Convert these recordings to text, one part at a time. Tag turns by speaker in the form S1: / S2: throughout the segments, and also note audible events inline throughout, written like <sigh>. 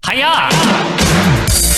S1: 早っ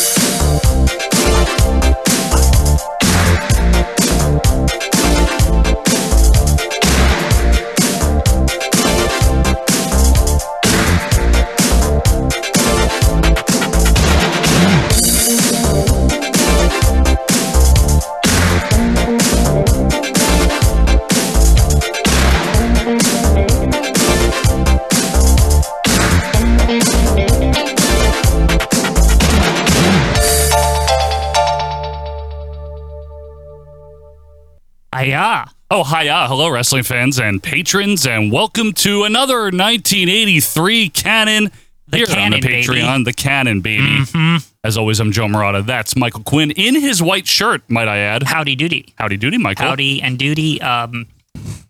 S1: 早っ Oh, hiya. Hello, wrestling fans and patrons, and welcome to another 1983 Canon
S2: The
S1: here on the
S2: Canon, baby. Mm-hmm.
S1: Patreon, the Canon baby. As always, I'm Joe Morata. That's Michael Quinn in his white shirt, might I add.
S2: Howdy doody.
S1: Howdy doody, Michael.
S2: Howdy and duty. Um,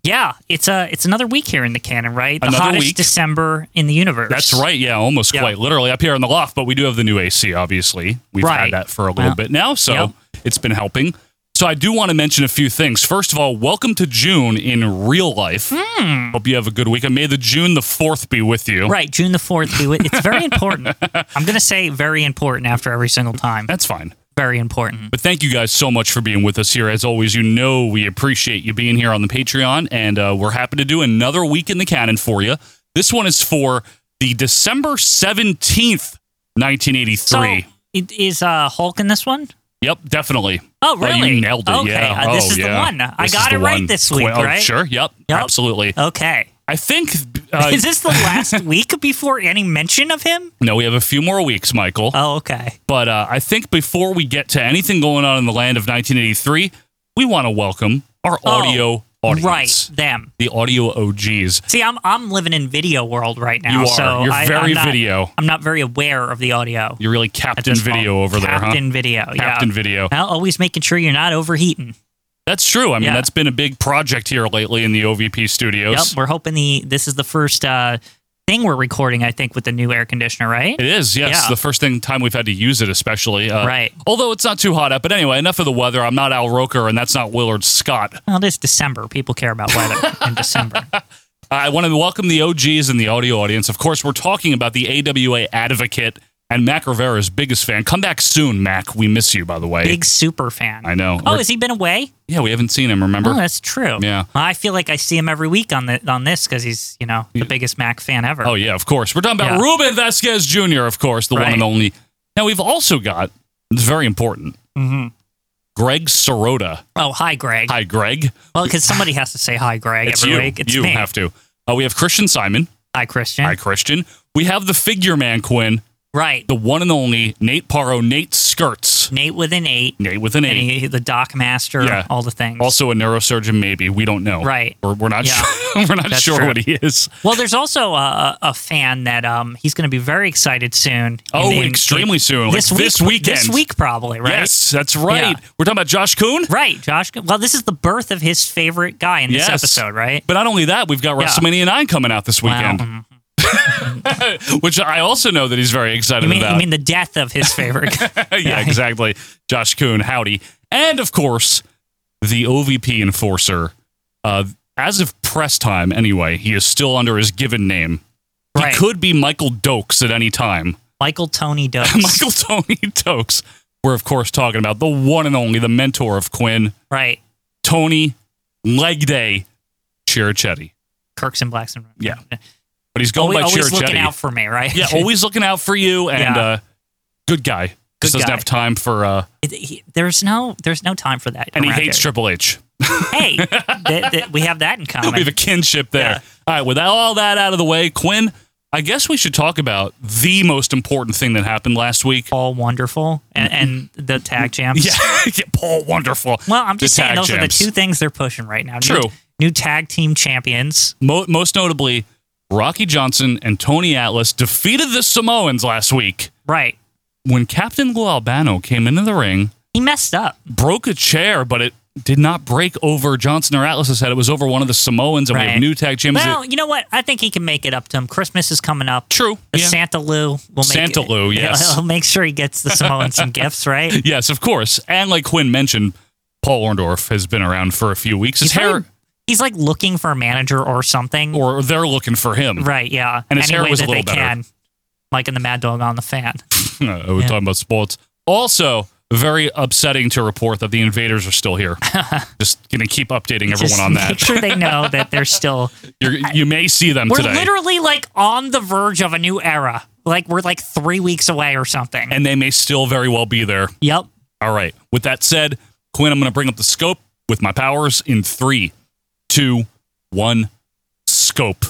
S2: yeah, it's a it's another week here in the canon, right? The
S1: Another
S2: hottest
S1: week.
S2: December in the universe.
S1: That's right. Yeah, almost
S2: Yeah.
S1: quite literally up here on the loft, but we do have the new AC, obviously. We've
S2: Right.
S1: had that for a little
S2: Yeah.
S1: bit now, so
S2: Yeah.
S1: it's been helping. So I do want to mention a few things. First of all, welcome to June in real life. Hope you have a good week. And may the June the 4th be with you.
S2: Hmm. Right, June the fourth. be with- It's very
S1: <laughs>
S2: important. I'm gonna say very important after every single time.
S1: That's fine.
S2: Very important.
S1: But thank you guys so much for being with us here. As always, you know we appreciate you being here on the Patreon, and uh, we're happy to do another week in the canon for you. This one is for the December 17th, 1983.
S2: So it is uh, Hulk in this one.
S1: Yep, definitely.
S2: Oh, really?
S1: you nailed it.
S2: Okay,
S1: Yeah.
S2: uh, this
S1: Oh,
S2: is the
S1: yeah.
S2: one. I
S1: This
S2: got
S1: is
S2: it
S1: the
S2: right
S1: one.
S2: this week,
S1: Well,
S2: right?
S1: Sure. Yep,
S2: Yep.
S1: Absolutely.
S2: Okay.
S1: I think. Uh,
S2: <laughs> is this the last week before any mention of him?
S1: no, we have a few more weeks, Michael.
S2: Oh, okay.
S1: but uh, I think before we get to anything going on in the land of 1983, we want to welcome our
S2: Oh,
S1: audio audience,
S2: Right, them.
S1: the audio OGs.
S2: See, I'm I'm living in video world right now.
S1: You are.
S2: So
S1: You're
S2: I, I'm
S1: very
S2: not,
S1: video.
S2: I'm not very aware of the audio.
S1: You're really
S2: at
S1: Captain
S2: this moment.
S1: Video over there, huh?
S2: Captain Video. Yeah.
S1: Captain Video.
S2: Well, always making sure you're not overheating.
S1: That's true. I mean,
S2: Yeah.
S1: that's been a big project here lately in the OVP
S2: Yep.
S1: studios.
S2: We're hoping the this is the first uh, thing we're recording. I think with the new air conditioner, right?
S1: It is, yes.
S2: Yeah.
S1: The first thing time we've had to use it, especially. Uh,
S2: Right.
S1: Although it's not too hot out. But anyway, enough of the weather. I'm not Al Roker, and that's not Willard Scott.
S2: Well, it is December. People care about weather
S1: <laughs>
S2: in December.
S1: I want to welcome the OGs and the audio audience. Of course, we're talking about the AWA advocate and Mac Rivera's biggest fan. Come back soon, Mac. We miss you, by the way.
S2: Big super fan.
S1: I know.
S2: Oh,
S1: We're-
S2: has he been away?
S1: yeah, we haven't seen him, remember?
S2: Oh, that's true.
S1: Yeah.
S2: Well, I feel like I see him every week on the on this because he's you know the biggest Mac fan ever.
S1: Oh yeah, of course. We're talking about
S2: Yeah.
S1: Ruben Vasquez Jr. Of course, the one
S2: Right.
S1: and only. Now we've also got. It's very important.
S2: Mhm.
S1: Greg Sorota.
S2: Oh, hi Greg.
S1: Hi, Greg.
S2: Well, because somebody has to say hi Greg
S1: It's
S2: every
S1: you.
S2: week. It's
S1: you
S2: me.
S1: have to. Uh, we have Christian Simon.
S2: hi Christian.
S1: Hi, Christian. We have the figure man Quinn,
S2: right.
S1: the one and only Nate Paro. Nate Skirts.
S2: Nate with an eight.
S1: Nate with an
S2: And
S1: A.
S2: he, the doc master.
S1: Yeah.
S2: All the things.
S1: Also a neurosurgeon, maybe we don't know.
S2: Right.
S1: We're, we're not.
S2: Yeah.
S1: Sure. <laughs> we're not
S2: That's
S1: sure
S2: true.
S1: what he is.
S2: Well, there's also a, a a fan that um he's going to be very excited soon.
S1: Oh,
S2: In- in-
S1: extremely
S2: in-
S1: soon. Like
S2: This week,
S1: this weekend.
S2: This week, probably. Right.
S1: Yes, that's right.
S2: Yeah.
S1: We're talking about Josh Kuhn.
S2: Right, Josh. Well, this is the birth of his favorite guy in this
S1: Yes.
S2: episode, right?
S1: But not only that, we've got
S2: Yeah.
S1: WrestleMania 9 coming out this weekend,
S2: Wow. Mhm.
S1: <laughs> which I also know that he's very excited
S2: You mean,
S1: about.
S2: you mean the death of his favorite guy?
S1: <laughs>
S2: <laughs>
S1: yeah, exactly. Josh Kuhn, howdy. And of course, the OVP enforcer. Uh, as of press time, anyway, he is still under his given name.
S2: Right.
S1: He could be Michael Dokes at any time. <laughs>
S2: Michael Tony Dokes.
S1: Michael Tony <laughs> Dokes. We're, of course, talking about the one and only, the mentor of Quinn,
S2: Right.
S1: Tony Leg Day Chirichetti.
S2: Kirks and Blacks and
S1: Yeah. But he's going
S2: Always,
S1: by
S2: always
S1: Chirichetti.
S2: looking out for me, right?
S1: Yeah, always looking out for you and
S2: Yeah.
S1: uh good guy. Just
S2: Good
S1: doesn't
S2: guy.
S1: have time for uh
S2: It- <laughs> he- there's no, there's no time for that.
S1: and he
S2: around
S1: hates
S2: here.
S1: Triple H.
S2: Hey, th- th- we have that
S1: <laughs>
S2: in common.
S1: We have a kinship there.
S2: Yeah.
S1: All right, with all that out of the way, Quinn, I guess we should talk about the most important thing that happened last week.
S2: All wonderful and, and the tag champs.
S1: <laughs> Yeah, yeah, Paul Wonderful.
S2: Well, I'm just
S1: The
S2: saying
S1: tag
S2: those are the
S1: champs.
S2: two things they're pushing right now. New-
S1: True.
S2: New, tag team champions.
S1: Mo- most notably, Rocky Johnson and Tony Atlas defeated the Samoans last week.
S2: Right.
S1: When Captain Lou Albano came into the ring,
S2: He messed up.
S1: broke a chair, but it did not break over Johnson or Atlas's head. It was over one of the Samoans, and we have
S2: Right.
S1: new tag champs.
S2: Well, you know what? I think he can make it up to him. Christmas is coming up.
S1: True.
S2: The
S1: Yeah.
S2: Santa Lou will make
S1: Santa
S2: <laughs>
S1: Lou, yes.
S2: He'll, he'll make sure he gets the Samoans some gifts,
S1: <laughs>
S2: right?
S1: Yes, of course. And like Quinn mentioned, Paul Orndorff has been around for a few weeks. His
S2: He's
S1: hair,
S2: probably- he's like looking for a manager or something.
S1: or they're looking for him.
S2: right, yeah.
S1: And his
S2: Any
S1: hair
S2: way
S1: was a
S2: that they
S1: little better.
S2: can. Like in the Mad Dog on the Fan.
S1: <laughs> We're
S2: Yeah.
S1: talking about sports. Also, very upsetting to report that the invaders are
S2: <laughs>
S1: still here. Just gonna keep updating everyone
S2: Just
S1: on
S2: Make
S1: that.
S2: sure they know that they're still.
S1: You're, you may see them
S2: We're
S1: today,
S2: literally like on the verge of a new era. Like we're like three weeks away or something.
S1: and they may still very well be there.
S2: yep.
S1: All right. With that said, Quinn, I'm gonna bring up the scope with my powers in three, two, one. Scope.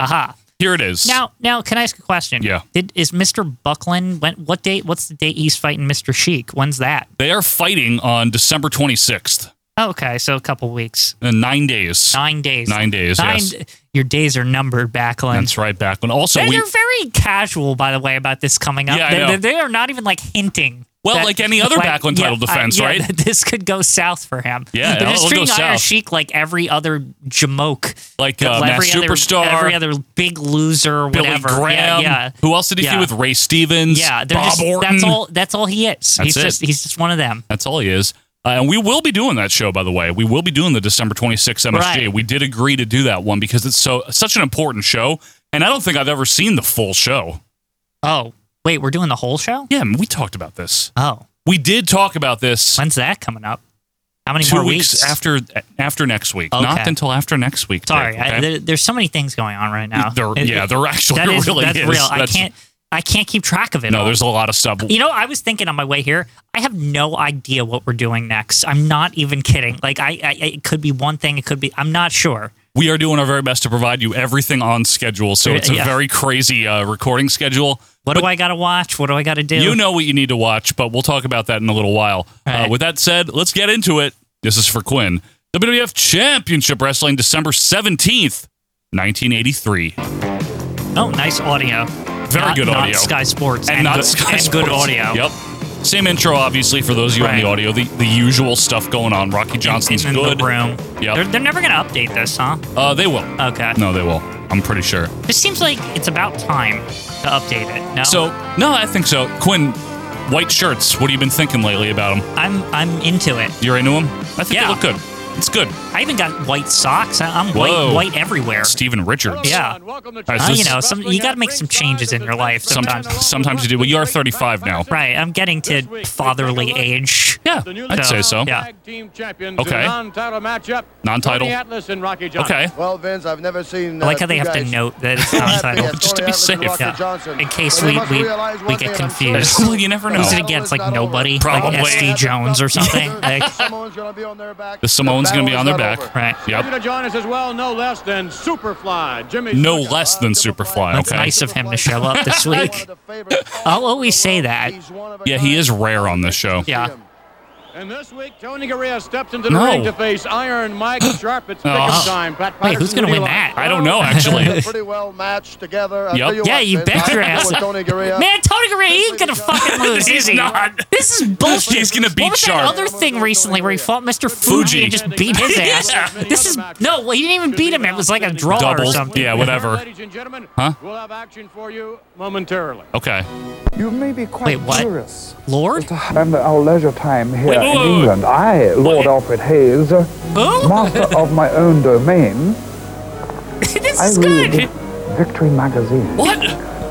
S2: Aha.
S1: Here it is.
S2: Now, now, can I ask a question?
S1: Yeah.
S2: Did, is Mr. Buckland? When, what date? What's the date he's fighting Mr. Sheik? When's that?
S1: they are fighting on December 26th.
S2: Oh, okay, so a couple weeks,
S1: Uh, nine days.
S2: nine days,
S1: Nine days, yes.
S2: Your days are numbered, Backland.
S1: That's right, back when. Also,
S2: And
S1: we
S2: they're very casual, by the way, about this coming up.
S1: Yeah, I
S2: they,
S1: know.
S2: they- they are not even like hinting.
S1: Well, like any other Backlund title
S2: I-
S1: defense,
S2: yeah,
S1: right?
S2: that <laughs> This could go south for him.
S1: Yeah,
S2: they're
S1: it'll-
S2: just
S1: it'll go
S2: treating Iron
S1: south.
S2: Sheik like every other jamoke,
S1: <laughs> like uh, Mass
S2: every
S1: Superstar.
S2: other, every other big loser, or
S1: Billy
S2: whatever.
S1: Graham.
S2: Yeah,
S1: Who else did he
S2: Yeah.
S1: see with Ray Stevens?
S2: yeah, yeah. they're
S1: Bob
S2: just,
S1: Orton.
S2: That's all. That's all he is.
S1: That's
S2: he's
S1: it.
S2: just he's just one of them.
S1: That's all he is. Uh, and we will be doing that show, by the way. We will be doing the December 26th MSG.
S2: Right.
S1: We did agree to do that one because it's so such an important show. And I don't think I've ever seen the full show.
S2: Oh, wait, we're doing the whole show.
S1: Yeah, I mean, we talked about this.
S2: Oh,
S1: We did talk about this
S2: when's that coming up? How many
S1: two
S2: more
S1: weeks,
S2: weeks?
S1: after after next week.
S2: Okay.
S1: Not until after next week. Dave,
S2: Sorry, I,
S1: okay?
S2: there, there's so many things going on right now.
S1: There-
S2: It-
S1: yeah,
S2: it-
S1: there actually <laughs>
S2: that is
S1: really
S2: that's
S1: is.
S2: real. I
S1: That's-
S2: can't I can't keep track of it.
S1: No,
S2: all.
S1: there's a lot of stuff.
S2: You know, I was thinking on my way here. I have no idea what we're doing next. I'm not even kidding. Like, I, I it could be one thing. It could be. I'm not sure.
S1: We are doing our very best to provide you everything on schedule. So it's a
S2: Yeah.
S1: very crazy uh, recording schedule.
S2: What do I got to watch? What do I got to do?
S1: You know what you need to watch, but we'll talk about that in a little while. Uh,
S2: Alright.
S1: with that said, let's get into it. This is for Quinn. WWF Championship Wrestling, December 17th, 1983.
S2: oh, nice audio.
S1: Very
S2: Not-
S1: good audio.
S2: Not Sky Sports and,
S1: not
S2: good,
S1: Sky
S2: and good
S1: Sports.
S2: audio.
S1: Yep. Same intro, obviously, for those of you on
S2: Right.
S1: the audio. The, the usual stuff going on. Rocky Johnson's
S2: in
S1: good.
S2: the room.
S1: Yep.
S2: They're, they're never going to update this, huh?
S1: Uh, they will.
S2: Okay.
S1: No, they will. I'm pretty sure.
S2: This seems like it's about time to update it. No.
S1: So, no, I think so. Quinn, white shirts. What have you been thinking lately about them?
S2: I'm I'm into it.
S1: You're into them? I think they
S2: Yeah.
S1: look good. It's good.
S2: I even got white socks. I- I'm
S1: Whoa.
S2: white white everywhere.
S1: Steven Richards.
S2: Yeah.
S1: All right,
S2: Uh,
S1: so
S2: you
S1: this-
S2: know, some you got to make some changes in your life
S1: Some-
S2: sometimes.
S1: sometimes you do. Well, you are 35 now.
S2: Right, I'm getting to fatherly age.
S1: Yeah, I'd say so.
S2: Yeah.
S3: Tag team champions
S1: Okay.
S3: in non-title matchup.
S1: Non-title.
S3: Tony Atlas and Rocky Johnson.
S1: Okay.
S4: Well, Vince, I've never seen. uh,
S2: I like how they have
S4: <laughs>
S2: to note that it's
S5: <laughs>
S2: not title.
S1: Just to be safe.
S2: Yeah. In case we, we, we get confused.
S1: Well, you never know.
S2: Who's it against? Like nobody?
S1: Probably.
S2: Like SD Jones or something? like,
S1: The Samoans going to be on their back.
S2: right.
S1: Yep.
S3: to join us as well, no less than Superfly Jimmy.
S1: No
S3: Snuka.
S1: less than Superfly.
S2: That's
S1: okay.
S2: nice of him to show
S4: <laughs>
S2: up this week. I'll always say that.
S1: Yeah, he is rare on this show.
S2: Yeah.
S3: And this week, Tony Garea steps into the
S1: No.
S3: ring to face Iron
S1: <coughs>
S3: Mike Sharp. It's pick-up
S1: Oh.
S3: time. Pat
S2: Wait, who's
S3: Patterson,
S2: gonna
S3: what do
S2: win
S3: you like?
S2: that?
S1: I don't
S2: <laughs>
S1: know, actually.
S4: Pretty well matched together.
S1: Yep.
S2: Yeah, you bet your ass.
S4: Man,
S2: Man, Tony Gray he ain't gonna fucking lose,
S1: He's
S2: is he?
S1: not.
S2: This is bullshit.
S1: He's gonna beat
S2: what was
S1: Sharp.
S2: that other thing recently where he fought Mr. Fuji and just beat his ass?
S3: Yeah.
S2: This is no, well, he didn't even beat him. It was like a draw
S1: Double.
S2: or something.
S1: Yeah, whatever.
S3: Ladies and gentlemen,
S1: Huh?
S3: we'll have action for you momentarily.
S1: Okay.
S6: You may be quite
S2: Wait, what?
S6: curious.
S2: Lord?
S6: To spend our leisure time here
S1: Wait, whoa,
S6: in
S1: whoa, whoa.
S6: England, I, Lord Alfred Hayes,
S2: Who?
S6: master of my own domain,
S2: <laughs> this
S6: I
S2: is
S6: read
S2: good.
S6: Victory magazine,
S1: What?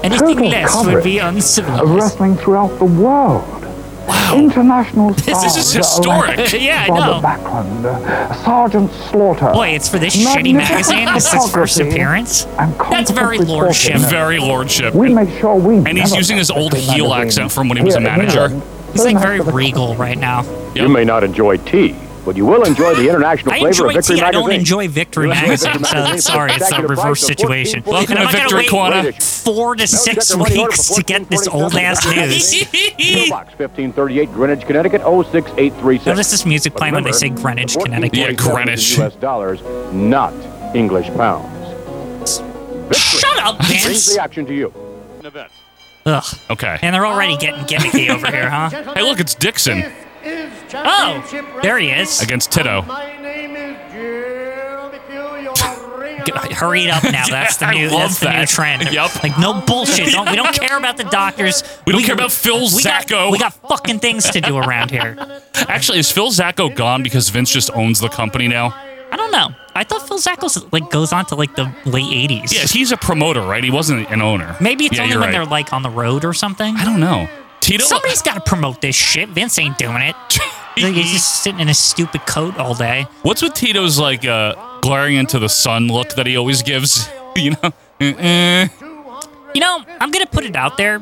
S2: Anything
S6: Total
S2: less would
S6: coverage
S2: be
S6: of
S2: uncivilized.
S6: wrestling throughout the world.
S2: <laughs>
S6: International
S2: This is
S6: stars
S1: This is
S6: are
S1: historic.
S2: <laughs>
S6: ranked.
S2: yeah, I
S6: Robert
S2: know.
S6: Backlund, Sergeant Slaughter.
S2: Boy, it's for this
S6: <laughs>
S2: shitty
S6: Magnificent
S2: magazine. This is his first
S6: photography.
S2: appearance.
S6: and
S2: That's very
S6: constant
S2: lordship.
S6: reporting.
S1: Very lordship.
S6: We make sure we.
S1: And he's
S6: never
S1: using his
S6: get
S1: old
S6: Victory
S1: heel
S6: magazine
S1: accent from when he was
S6: here
S1: a
S6: in
S1: manager.
S6: England.
S2: He's like
S6: Don't have
S2: very
S6: to look
S2: regal right now.
S7: You may not enjoy tea, but you will enjoy the international
S2: I
S7: flavor
S2: enjoy
S7: of Victory
S2: tea. I
S7: Magazine.
S2: don't enjoy Victory magazine. So
S7: Magazine.
S2: sorry, it's a
S7: Executive
S2: reverse
S7: price of 14
S2: situation.
S7: Welcome
S2: And
S1: to
S2: I'm not
S1: Victory
S2: gonna wait
S1: Quanta.
S2: Four to six
S7: check the money order
S2: weeks
S7: for
S2: to get this
S7: 14,
S2: old ass
S7: 47. <laughs>
S2: news.
S7: P.O. Box 1538, Greenwich, Connecticut 06836.
S2: Now this is music
S7: But
S2: playing when they
S7: remember,
S2: say Greenwich,
S7: 14
S2: Connecticut.
S1: Yeah, Greenwich.
S7: US dollars, not English pounds. Victory
S2: Shut up,
S7: brings
S2: Vince.
S7: the action to you.
S3: Event.
S2: Ugh.
S1: Okay.
S2: And they're already getting gimmicky over here, huh?
S1: Hey, look, it's Dixon
S2: Oh, there he is.
S1: against Tito.
S3: My name is Jim McHugh, your
S1: <laughs>
S3: ring
S2: G- Hurry it up now. That's the
S1: I
S2: new.
S1: love
S2: That's the new
S1: that.
S2: trend.
S1: Yep.
S2: Like no bullshit. Don't, we don't care about the doctors.
S1: We don't care about Phil
S2: we got-
S1: Zacco.
S2: We got fucking things to do around here.
S1: Actually, is Phil Zacco gone because Vince just owns the company now?
S2: I don't know. I thought Phil Zacco's like goes on to like the late eighties.
S1: Yeah, he's a promoter, right? He wasn't an owner.
S2: Maybe it's
S1: yeah,
S2: only
S1: you're
S2: when
S1: right.
S2: they're like on the road or something.
S1: I don't know. Tito.
S2: Somebody's got to promote this shit. Vince ain't doing it. <laughs> Like, He's just sitting in his stupid coat all day.
S1: What's with Tito's like uh, glaring into the sun look that he always gives? <laughs> You know, <laughs> Eh, eh.
S2: You know, I'm gonna put it out there.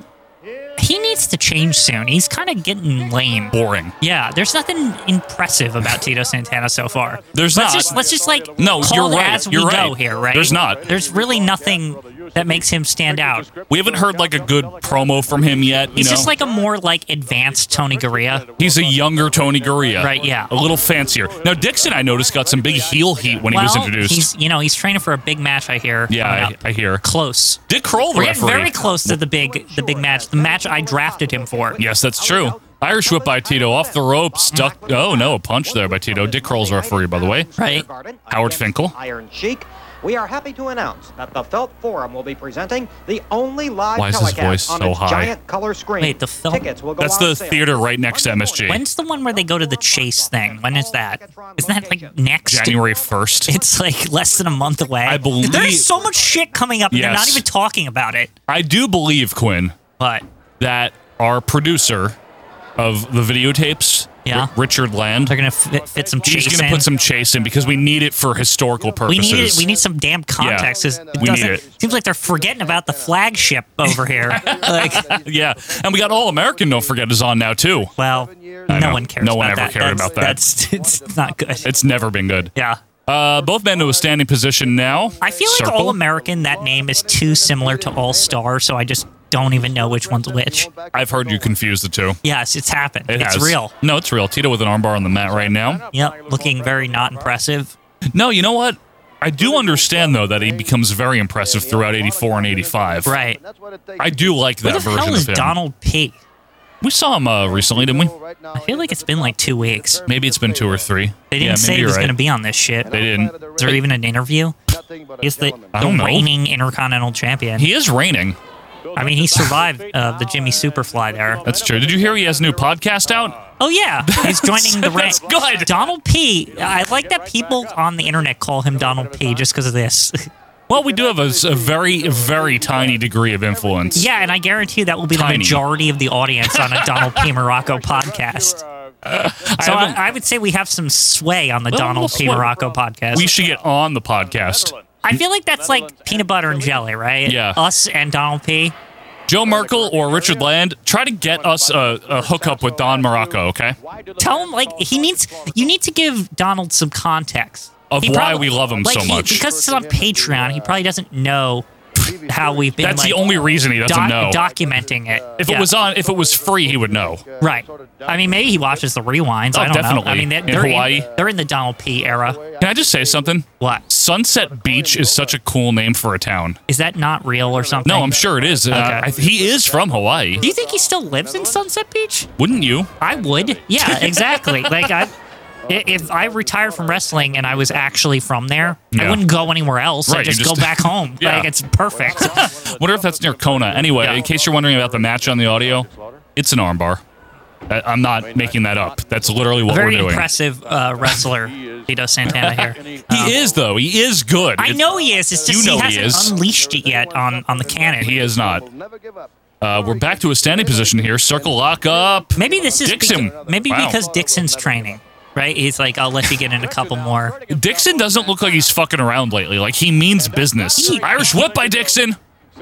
S2: He needs to change soon. He's kind of getting lame.
S1: boring.
S2: Yeah, there's nothing impressive
S1: <laughs>
S2: about Tito Santana so far.
S1: There's
S2: let's
S1: not.
S2: Just, let's just like
S1: No,
S2: call
S1: you're
S2: it
S1: right.
S2: as we
S1: You're
S2: go
S1: right.
S2: here, right?
S1: There's not.
S2: There's really nothing that makes him stand out.
S1: We haven't heard like a good promo from him yet. You
S2: He's
S1: know?
S2: just like a more like advanced Tony Garea.
S1: He's a younger Tony Gurria.
S2: Right, yeah.
S1: A little fancier. Now, Dixon, I noticed, got some big heel heat when
S2: well,
S1: he was introduced.
S2: he's you know he's training for a big match. I hear. coming
S1: yeah,
S2: up.
S1: I, I hear.
S2: close.
S1: Dick Kroll, the
S2: We're getting
S1: referee.
S2: very close to the big the big match. The match I drafted him for.
S1: Yes, that's true. Irish whip by Tito off the ropes. Duck. Oh no, a punch there by Tito. Dick Kroll's referee, by the way.
S2: Right.
S1: Howard Finkel.
S8: Iron Sheik. We are happy to announce that the Felt Forum will be presenting the only live
S1: Why is his
S8: telecast
S1: voice
S8: on
S1: so
S8: its
S1: high?
S8: giant color screen.
S2: Wait, the Felt-
S8: Tickets will go
S1: That's
S8: on
S1: the
S8: sale
S1: theater right next to
S8: Monday
S1: MSG.
S8: morning.
S2: When's the one where they go to the chase thing? When is that? Isn't that like next?
S1: January first.
S2: It's like less than a month away.
S1: I believe-
S2: there's so much shit coming up, and they're not
S1: Yes.
S2: even talking about it.
S1: I do believe Quinn
S2: But
S1: that our producer of the videotapes,
S2: Yeah.
S1: R- Richard Land,
S2: they're gonna fit, fit some chase
S1: he's going to
S2: in.
S1: put some chase in because we need it for historical
S2: we
S1: purposes.
S2: need it, we need some damn context. 'cause it
S1: we need
S2: doesn't-
S1: it.
S2: Seems like they're forgetting about the flagship over here.
S1: <laughs>
S2: like,
S1: yeah, and we got All American. Don't forget is on now too.
S2: well,
S4: I
S2: no
S4: know.
S2: one cares.
S1: No one
S2: about
S1: ever
S2: that.
S1: cared
S2: That's-
S1: about that.
S2: That's it's not good.
S1: It's never been good.
S2: yeah.
S1: Uh, both men to a standing position now.
S2: I feel like
S1: Circle.
S2: All American, that name is too similar to All Star, so I just don't even know which one's which.
S1: I've heard you confuse the two.
S2: Yes, it's happened.
S1: It
S2: it's
S1: has.
S2: real.
S1: No, it's real. Tito with an armbar on the mat right now.
S2: Yep, looking very not impressive.
S1: No, you know what? I do understand though that he becomes very impressive throughout '84 and '85.
S2: Right.
S1: I do like that
S2: Where the
S1: version
S2: hell
S1: of
S2: is
S1: him.
S2: Donald P?
S1: We saw him uh, recently, didn't we?
S4: I
S2: feel like it's been like two weeks.
S1: Maybe it's been two or three.
S2: They didn't
S1: yeah,
S2: say
S1: maybe
S2: he
S1: you're
S2: was
S1: right.
S2: going to be on this shit.
S1: They didn't.
S2: Is there even an interview? He's the,
S1: I
S2: the
S1: don't know.
S2: reigning Intercontinental Champion.
S1: He is reigning.
S2: I mean, he survived uh, the Jimmy Superfly there.
S1: That's true. Did you hear he has a new podcast out?
S2: Oh yeah, he's joining the ranks.
S1: <laughs> That's good.
S2: Donald P. I like that people on the internet call him Donald P. Just because of this. <laughs>
S1: Well, we do have a, s- a very, very tiny degree of influence.
S2: yeah, and I guarantee that will be
S1: Tiny.
S2: the majority of the audience on a Donald P. Morocco podcast. So I,
S1: haven't-
S2: I, would say we have some sway on the
S1: Well,
S2: Donald
S1: we'll-
S2: P.
S1: well,
S2: Morocco podcast.
S1: We should get on the podcast.
S2: I feel like that's like peanut butter and jelly, right?
S1: Yeah.
S2: Us and Donald P.
S1: Joe Merkel or Richard Land, try to get us uh, a, a hookup with Don Morocco, okay?
S2: Tell him like he needs. You need to give Donald some context
S1: Of
S2: He
S1: why
S2: probably-
S1: we love him
S2: like,
S1: so
S2: he-
S1: much.
S2: Because it's on Patreon, he probably doesn't know how we've been.
S1: That's the
S2: like,
S1: only reason he doesn't
S2: doc-
S1: know.
S2: documenting it.
S1: If it
S2: Yeah.
S1: was on, if it was free, he would know.
S2: right, I mean maybe he watches the rewinds.
S1: Oh,
S2: I don't know.
S1: definitely.
S2: I mean they're,
S1: In
S2: they're
S1: Hawaii.
S2: they're in the Donald P. era.
S1: Uh, Can I just say something?
S2: What
S1: Sunset Beach is such a cool name for a town.
S2: is that not real or something?
S1: No, I'm sure it is. Uh,
S2: Okay.
S1: I, he is from Hawaii.
S2: Do you think he still lives in Sunset Beach?
S1: Wouldn't you?
S2: I would.
S1: <laughs>
S2: Yeah, exactly. like I, i- if I retired from wrestling and I was actually from there,
S1: Yeah.
S2: I wouldn't go anywhere else. I
S1: Right, you
S2: just,
S1: just-
S2: go back home.
S1: <laughs> Yeah.
S2: Like it's perfect.
S1: Wonder if that's near Kona. Anyway,
S2: Yeah.
S1: in case you're wondering about the match on the audio, it's an armbar. I- I'm not making that up. That's literally what
S2: Very
S1: we're doing.
S2: impressive uh, wrestler, Tito Santana here. Um,
S1: He is though. He is good.
S2: I
S1: It's-
S2: know he is. It's just
S1: You know
S2: he
S1: he
S2: hasn't
S1: is.
S2: unleashed it yet on on the cannon.
S1: he is not.
S4: Never give up.
S1: Uh, we're back to a standing position here. Circle lock up.
S2: Maybe this is
S1: Dixon.
S2: beca- maybe
S1: Wow.
S2: because Dixon's training, right? He's like, I'll let you get in a couple more.
S1: Dixon doesn't look like he's fucking around lately. Like he means business.
S2: He-
S1: Irish whip by Dixon.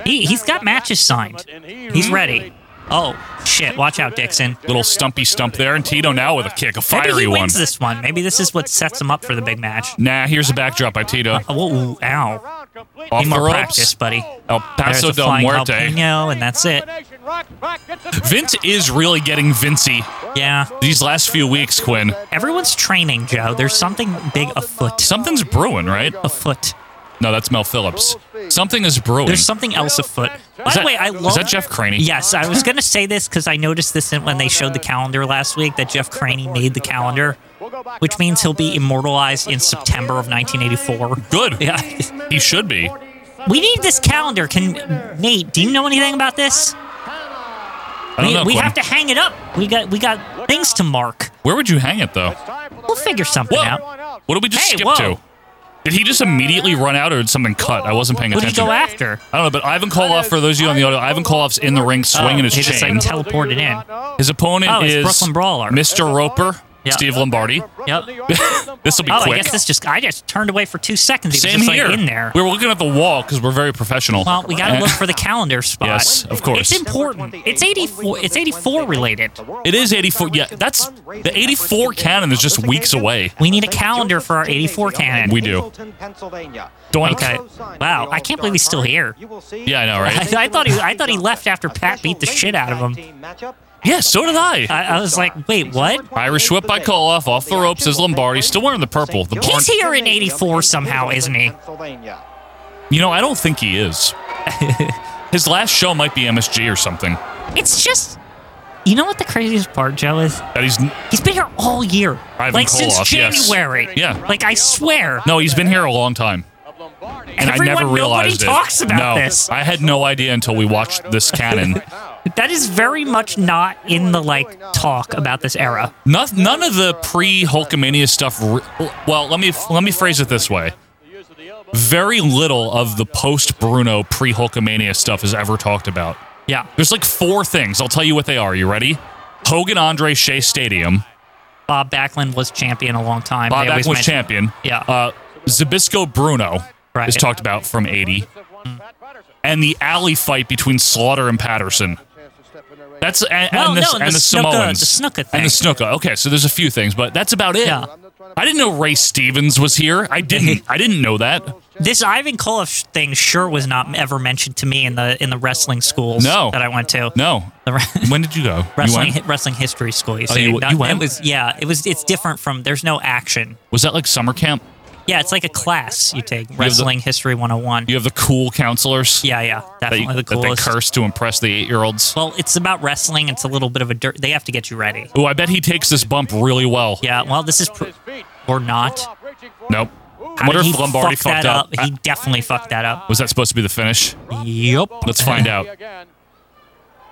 S2: He he's got matches signed. He's ready. Oh shit! Watch out, Dixon.
S1: Little stumpy stump there, and Tito now with a kick, a
S2: Maybe
S1: fiery
S2: he
S1: one.
S2: wins this one. Maybe this is what sets him up for the big match.
S1: Nah, here's a backdrop by Tito.
S2: Oh, ow.
S1: Off
S2: Need
S1: the
S2: more
S1: ropes. Oh,
S2: practice, buddy.
S1: El
S2: There's
S1: Paso
S2: a
S1: del
S2: flying
S1: Muerte.
S2: jalapeno, and that's it.
S1: Vince is really getting Vincey
S2: Yeah.
S1: these last few weeks, Quinn.
S2: Everyone's training, Joe. There's something big afoot.
S1: Something's brewing, right?
S2: afoot.
S1: No, that's Mel Phillips. Something is brewing.
S2: There's something else afoot. By
S1: Oh. Is
S2: the
S1: that-
S2: way, I
S1: is
S2: love.
S1: that Jeff Craney?
S2: Yes, I was gonna say this because I noticed this in- when they showed the calendar last week that Jeff Craney made the calendar, which means he'll be immortalized in September of 1984.
S1: Good.
S2: Yeah.
S1: He should be.
S2: We need this calendar. Can Nate? Do you know anything about this?
S1: I don't
S2: we,
S1: know.
S2: we
S1: Quinn.
S2: have to hang it up. We got we got things to mark.
S1: Where would you hang it though?
S2: We'll figure something
S1: Whoa.
S2: out.
S1: What did we just
S2: Hey,
S1: skip
S2: whoa.
S1: to? Did he just immediately run out or did something cut? I wasn't paying
S2: What did he
S1: attention.
S2: go after?
S1: I don't know, but Ivan Koloff, for those of you on the audio, Ivan Koloff's in the ring swinging
S2: Oh,
S1: his
S2: he just, like,
S1: chain.
S2: teleported in.
S1: his opponent
S2: Oh, it's
S1: is
S2: Brooklyn Brawler.
S1: Mr. Roper,
S2: Yeah.
S1: Steve Lombardi.
S6: <laughs>
S2: Yep.
S1: This'll be
S2: Oh,
S1: quick.
S2: I guess this just, I just turned away for two seconds. He
S1: Same
S2: was just
S1: here.
S2: like in there.
S1: We were looking at the wall because we're very professional.
S2: Well, we got to
S1: And-
S2: look for the calendar spot.
S1: Yes, of course.
S2: It's important. It's 84. It's 84 related.
S1: It is 84. Yeah, that's the 84 canon is just weeks away.
S2: We need a calendar for our 84 cannon.
S1: We do.
S8: Doink.
S2: Okay. Wow, I can't believe he's still here.
S1: Yeah, I know, right?
S2: <laughs> I- I thought he- I thought he left after Pat beat the shit out of him.
S1: Yeah, so did I.
S2: I, I was like, wait, what?
S1: Irish whip by Koloff, off the ropes is Lombardi, still wearing the purple. The
S2: He's here
S1: barn-
S2: in 84 somehow, isn't he?
S1: You know, I don't think
S2: <laughs>
S1: he is. His last show might be MSG or something.
S2: It's just. You know what the craziest part, Joe, is?
S1: That he's
S2: He's been here all year.
S1: Ivan
S2: like since
S1: Koloff, yes.
S2: January.
S1: Yeah.
S2: Like I swear.
S1: no, he's been here a long time, and I
S2: Everyone-
S1: never
S2: nobody
S1: realized it.
S2: talks about
S1: no,
S2: this.
S1: I had no idea until we watched this
S6: <laughs>
S1: canon.
S2: <laughs> That is very much not in the like talk about this era.
S1: None, none of the pre Hulkamania stuff. Re- well, let me let me phrase it this way: very little of the post Bruno pre Hulkamania stuff is ever talked about.
S2: Yeah.
S1: There's like four things. I'll tell you what they are. You ready? Hogan Andre Shea Stadium.
S2: Bob Backlund was champion a long time.
S1: Bob
S2: They always
S1: Backlund was
S2: mention-
S1: champion.
S2: Yeah.
S1: Uh, Zabisco Bruno
S2: Right. Mm.
S1: is talked about from 80. And the alley fight between Slaughter and Patterson. That's and, and
S2: Well,
S1: the,
S2: no,
S1: and the,
S2: snooker-
S1: Samoans.
S2: the snooker
S1: And the
S2: thing.
S1: Snuka. Okay, so there's a few things, but that's about it.
S2: Yeah.
S1: I didn't know Ray Stevens was here.
S2: <laughs>
S1: I didn't. I didn't know that.
S2: This Ivan Koloff thing sure was not ever mentioned to me in the in the wrestling schools
S1: No.
S2: that I went to.
S1: No.
S2: The re-
S1: When did you go?
S2: <laughs> wrestling
S1: you went?
S2: wrestling history school. You
S1: Oh,
S2: see,
S1: you-
S2: Not-
S1: you went?
S2: It was yeah. It was it's different from there's no action.
S1: Was that like summer camp?
S2: Yeah, it's like a class you take
S1: the-
S2: wrestling history 101.
S1: You have the cool counselors.
S2: yeah, yeah,
S1: That,
S2: definitely
S1: you,
S2: the
S1: that they
S2: coolest.
S1: curse to impress the eight-year-olds.
S2: well, it's about wrestling. It's a little bit of a dirt. They have to get you ready.
S1: Oh, I bet he takes this bump really well.
S2: Yeah. Uh, Well, this is pr- or not.
S1: Nope. I
S2: How
S1: wonder
S2: did
S1: if
S2: he
S1: Lombardi
S2: fuck
S1: fucked
S2: that
S1: up.
S2: He definitely fucked that up.
S1: Was that supposed to be the finish?
S2: Yep.
S1: Let's find out.
S2: You're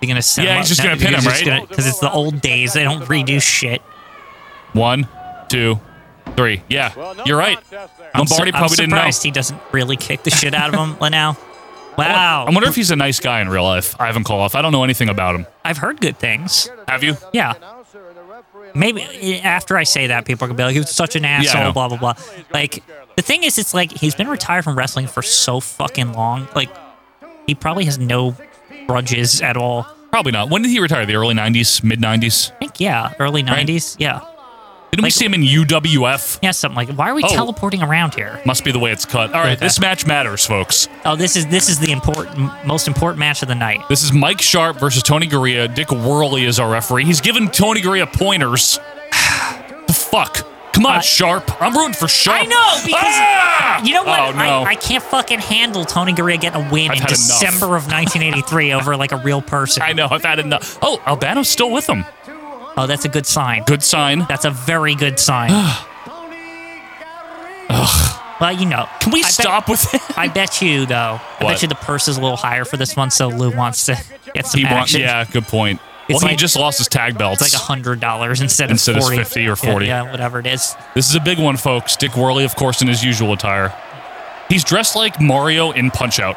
S2: gonna set
S1: Yeah,
S2: him
S1: he's
S2: up.
S1: just
S2: No,
S1: gonna pin
S2: you're
S1: him,
S2: just
S1: right?
S2: gonna- Because it's the old days. They don't redo shit.
S1: One, two, three. Yeah, you're right. Lombardi
S2: I'm
S1: probably didn't know.
S2: surprised he doesn't really kick the shit out of him <laughs> now. Wow.
S1: I wonder if he's a nice guy in real life, Ivan Koloff. I don't know anything about him.
S2: I've heard good things.
S1: Have you?
S2: Yeah. Maybe eh, after I say that, people are gonna be like, he was such an asshole,
S1: know.
S2: blah, blah, blah. Like, the thing is, it's like he's been retired from wrestling for so fucking long. Like, he probably has no grudges at all.
S1: Probably not. When did he retire? The early 90s, mid 90s?
S2: I think, yeah, early 90s. Yeah.
S1: Didn't we
S2: Like-
S1: see him in UWF?
S2: Yeah, something like Why are we
S1: Oh.
S2: teleporting around here?
S1: Must be the way it's cut. All right,
S2: Okay.
S1: this match matters, folks.
S2: Oh, this is this is the important, most important match of the night.
S1: This is Mike Sharp versus Tony Gurria. Dick Worley is our referee. He's giving Tony Gurria pointers. <sighs> the fuck? Come on,
S2: Uh,
S1: Sharp. I'm rooting for Sharp.
S2: I know because
S1: Ah!
S2: you know what?
S1: Oh, no.
S2: I, I can't fucking handle Tony Gurria getting a win
S1: I've
S2: in
S1: had enough.
S2: December of 1983 over like a real person.
S1: I know. I've had enough. Oh, Albano's still with him.
S2: Oh, that's a good sign.
S1: Good sign.
S2: That's a very good sign.
S1: <sighs>
S2: Well, you know,
S1: Can we
S2: I bet- <laughs>
S1: stop with it?
S2: I bet you though. I
S1: What?
S2: bet you the purse is a little higher for this one, so Lou wants to get some
S1: He wants.
S2: action.
S1: Yeah, good point.
S2: It's
S1: well, he
S2: like-
S1: just lost his tag belts.
S2: It's like hundred dollars instead of
S1: Instead of
S2: 40.
S1: 50 or
S2: Yeah,
S1: 40.
S2: Yeah, whatever it is.
S1: this is a big one, folks. Dick Worley, of course, in his usual attire. He's dressed like Mario in Punch Out.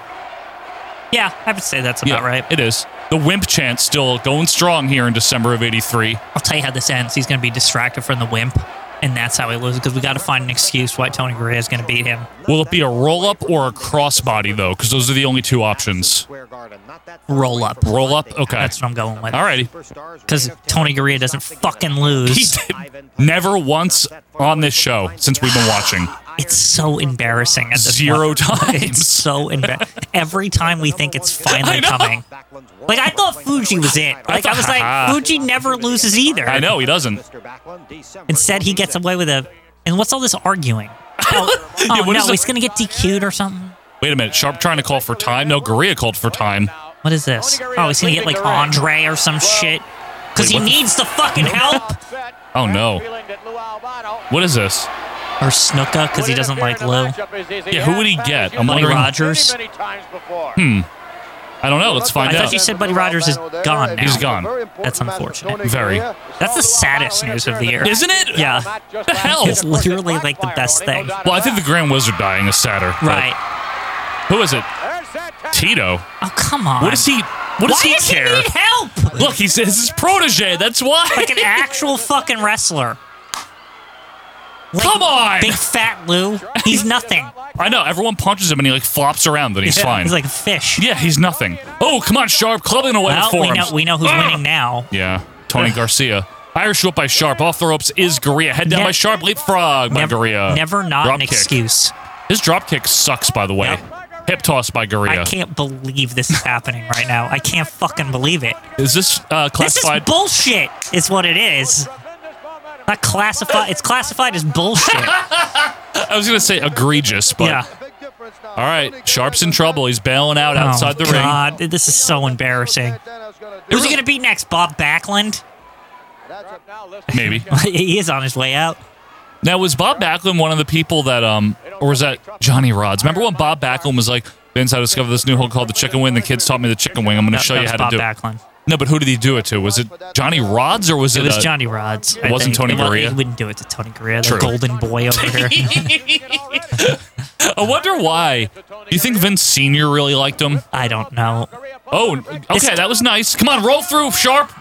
S2: Yeah, I would say that's about right.
S1: it is. The Wimp chant still going strong here in December of '83.
S2: I'll tell you how this ends. He's going to be distracted from the wimp, and that's how he loses. Because we got to find an excuse why Tony Gurria is going to beat him.
S1: Will it be a roll up or a crossbody though? Because those are the only two options. <laughs>
S2: Roll up.
S1: Roll up. Okay.
S2: That's what I'm going with.
S1: Alrighty.
S2: Because Tony Gurria doesn't fucking lose.
S1: He did never once on this show since we've been watching.
S2: It's so embarrassing. At this
S1: Zero
S2: point.
S1: times.
S2: <laughs> It's so embarrassing. Every time we think
S1: <laughs>
S2: it's finally
S1: know.
S2: coming. Like I thought Fuji was it. Like I was
S1: <laughs>
S2: like, Fuji never loses either.
S1: I know he doesn't.
S2: Instead, he gets away with a. And what's all this
S1: <laughs>
S2: arguing? Oh, oh,
S1: what
S2: no,
S1: is the-
S2: he's gonna get DQ'd or something.
S1: Wait a minute. Sharp trying to call for time. No, Gurria called for time.
S2: What is this? Oh, he's gonna get like Andre or some shit. Because he
S1: Wait, what the
S2: needs the fucking help.
S1: Oh, no.
S2: <laughs>
S1: What is this?
S2: Or Snuka, because he doesn't like Lou.
S1: Yeah, who would he get? I'm
S2: Money
S1: wondering-
S2: Rogers.
S1: Hmm. I don't know. Let's find
S2: I
S1: out.
S2: thought you said Buddy Rogers is gone now.
S1: He's gone.
S2: That's unfortunate.
S1: Very.
S2: That's the
S1: Oh,
S2: saddest news of the year.
S1: Isn't it?
S2: Yeah.
S1: The hell?
S2: It's literally like the best thing.
S1: Well, I think the Grand Wizard dying is sadder. but-
S2: Right.
S1: Who is it? Tito.
S2: Oh, come on.
S1: What does he? What
S2: Why
S1: does he
S2: does
S1: care?
S2: he need help?
S1: Look, he's he's his protege. That's why.
S2: Like an
S1: <laughs>
S2: actual fucking wrestler. Like
S1: Come on. <laughs>
S2: Big fat Lou. He's nothing.
S1: I know. Everyone punches him and he like flops around, but he's
S2: Yeah,
S1: fine.
S2: He's like a fish.
S1: yeah, he's nothing. Oh, come on, Sharp, clubbing away
S2: Well,
S1: for
S2: we
S1: him.
S2: know, we know
S1: Ah!
S2: who's winning now.
S1: Yeah, Tony Garcia. Irish whip by Sharp. Off the ropes is Gurria. Head down
S2: Ne-
S1: by Sharp. Leapfrog by
S2: Never,
S1: Gurria.
S2: never not
S1: Drop
S2: an
S1: kick.
S2: excuse.
S1: His drop kick sucks, by the way. Hip toss by
S2: I
S1: Gurria.
S2: can't believe this is happening right now. I can't fucking believe it.
S1: Is this uh,
S2: This is
S1: classified?
S2: bullshit. Is what it is. Not classified. It's classified as
S1: <laughs>
S2: bullshit.
S1: I was gonna say egregious, but
S2: yeah.
S1: all right. Sharp's in trouble. He's bailing out outside
S2: oh,
S1: the ring.
S2: God, this is so embarrassing. Who's he gonna beat next? Bob Backlund?
S6: <laughs>
S1: Maybe.
S2: <laughs> he is on his way out.
S1: Now was Bob Backlund one of the people that um or was that Johnny Rods? Remember when Bob Backlund was like, Vince, I discovered this new hole called the chicken wing. The kids taught me the chicken wing. I'm gonna
S2: That-
S1: show
S2: that
S1: you
S2: was
S1: how
S2: Bob
S1: to do it.
S2: Backlund.
S1: No, but who did he do it to? Was it Johnny Rods or was it,
S2: It was
S1: uh,
S2: Johnny Rods.
S1: It wasn't Tony
S2: Well,
S1: Gurria.
S2: He wouldn't do it to Tony Gurria,
S1: True.
S2: the golden boy
S1: <laughs>
S2: over here.
S1: I wonder why. Do you think Vince Senior really liked him?
S2: I <laughs> don't know.
S1: Oh, okay, that was nice. Come on, roll through, sharp.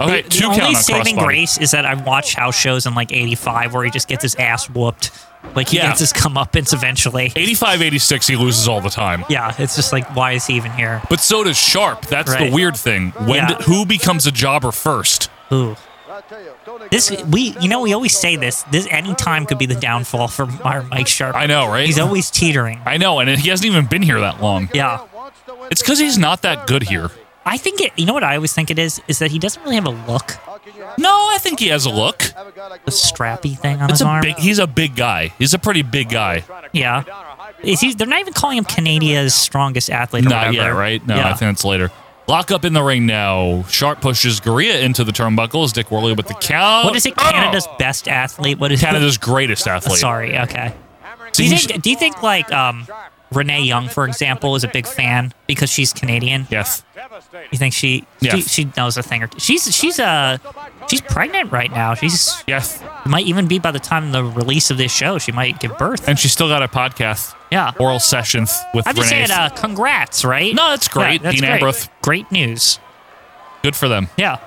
S1: Okay,
S2: The
S1: two
S2: only
S1: count on
S2: saving
S1: crossbody.
S2: grace is that I've watched house shows in like '85 where he just gets his ass whooped. Like he
S1: Yeah.
S2: gets his comeuppance eventually.
S1: 85, 86, he loses all the time.
S2: Yeah, it's just like why is he even here?
S1: But so does Sharp. That's
S2: Right.
S1: the weird thing. When
S2: Yeah.
S1: d- who becomes a jobber first?
S2: Ooh. This we you know we always say this. This any time could be the downfall for our Mike Sharp.
S1: I know, right?
S2: He's always teetering.
S1: I know, and he hasn't even been here that long.
S2: Yeah.
S1: It's because he's not that good here.
S2: I think it. You know what I always think it is is that he doesn't really have a look.
S1: No, I think he has a look.
S2: The strappy thing on
S1: It's
S2: his
S1: a
S2: arm.
S1: big. He's a big guy. He's a pretty big guy.
S2: yeah. Is he? They're not even calling him Canada's strongest athlete. Or
S1: Not
S2: whatever.
S1: yet, right? No,
S2: yeah.
S1: I think that's later. Lock up in the ring now. Sharp pushes Gurria into the turnbuckles. Dick Worley with the count.
S2: What is it?
S1: Oh!
S2: Canada's best athlete. What is Oh,
S1: Canada's greatest athlete.
S2: Sorry. Okay. Do
S1: See,
S2: you
S1: he's-
S2: think? Do you think like um, Renee Young, for example, is a big fan because she's Canadian?
S1: Yes.
S2: You think she?
S1: Yeah.
S2: She, she knows a thing or two. She's she's uh she's pregnant right now. She's
S1: Yes.
S2: might even be by the time the release of this show, she might give birth.
S1: And she's still got a podcast.
S2: yeah.
S1: Oral sessions with
S2: I'm just
S1: Renee.
S2: saying, uh, congrats, right?
S1: No, that's great.
S2: that's
S1: Dean
S2: great.
S1: Ambrose.
S2: Great news.
S1: Good for them. <laughs>
S2: Yeah.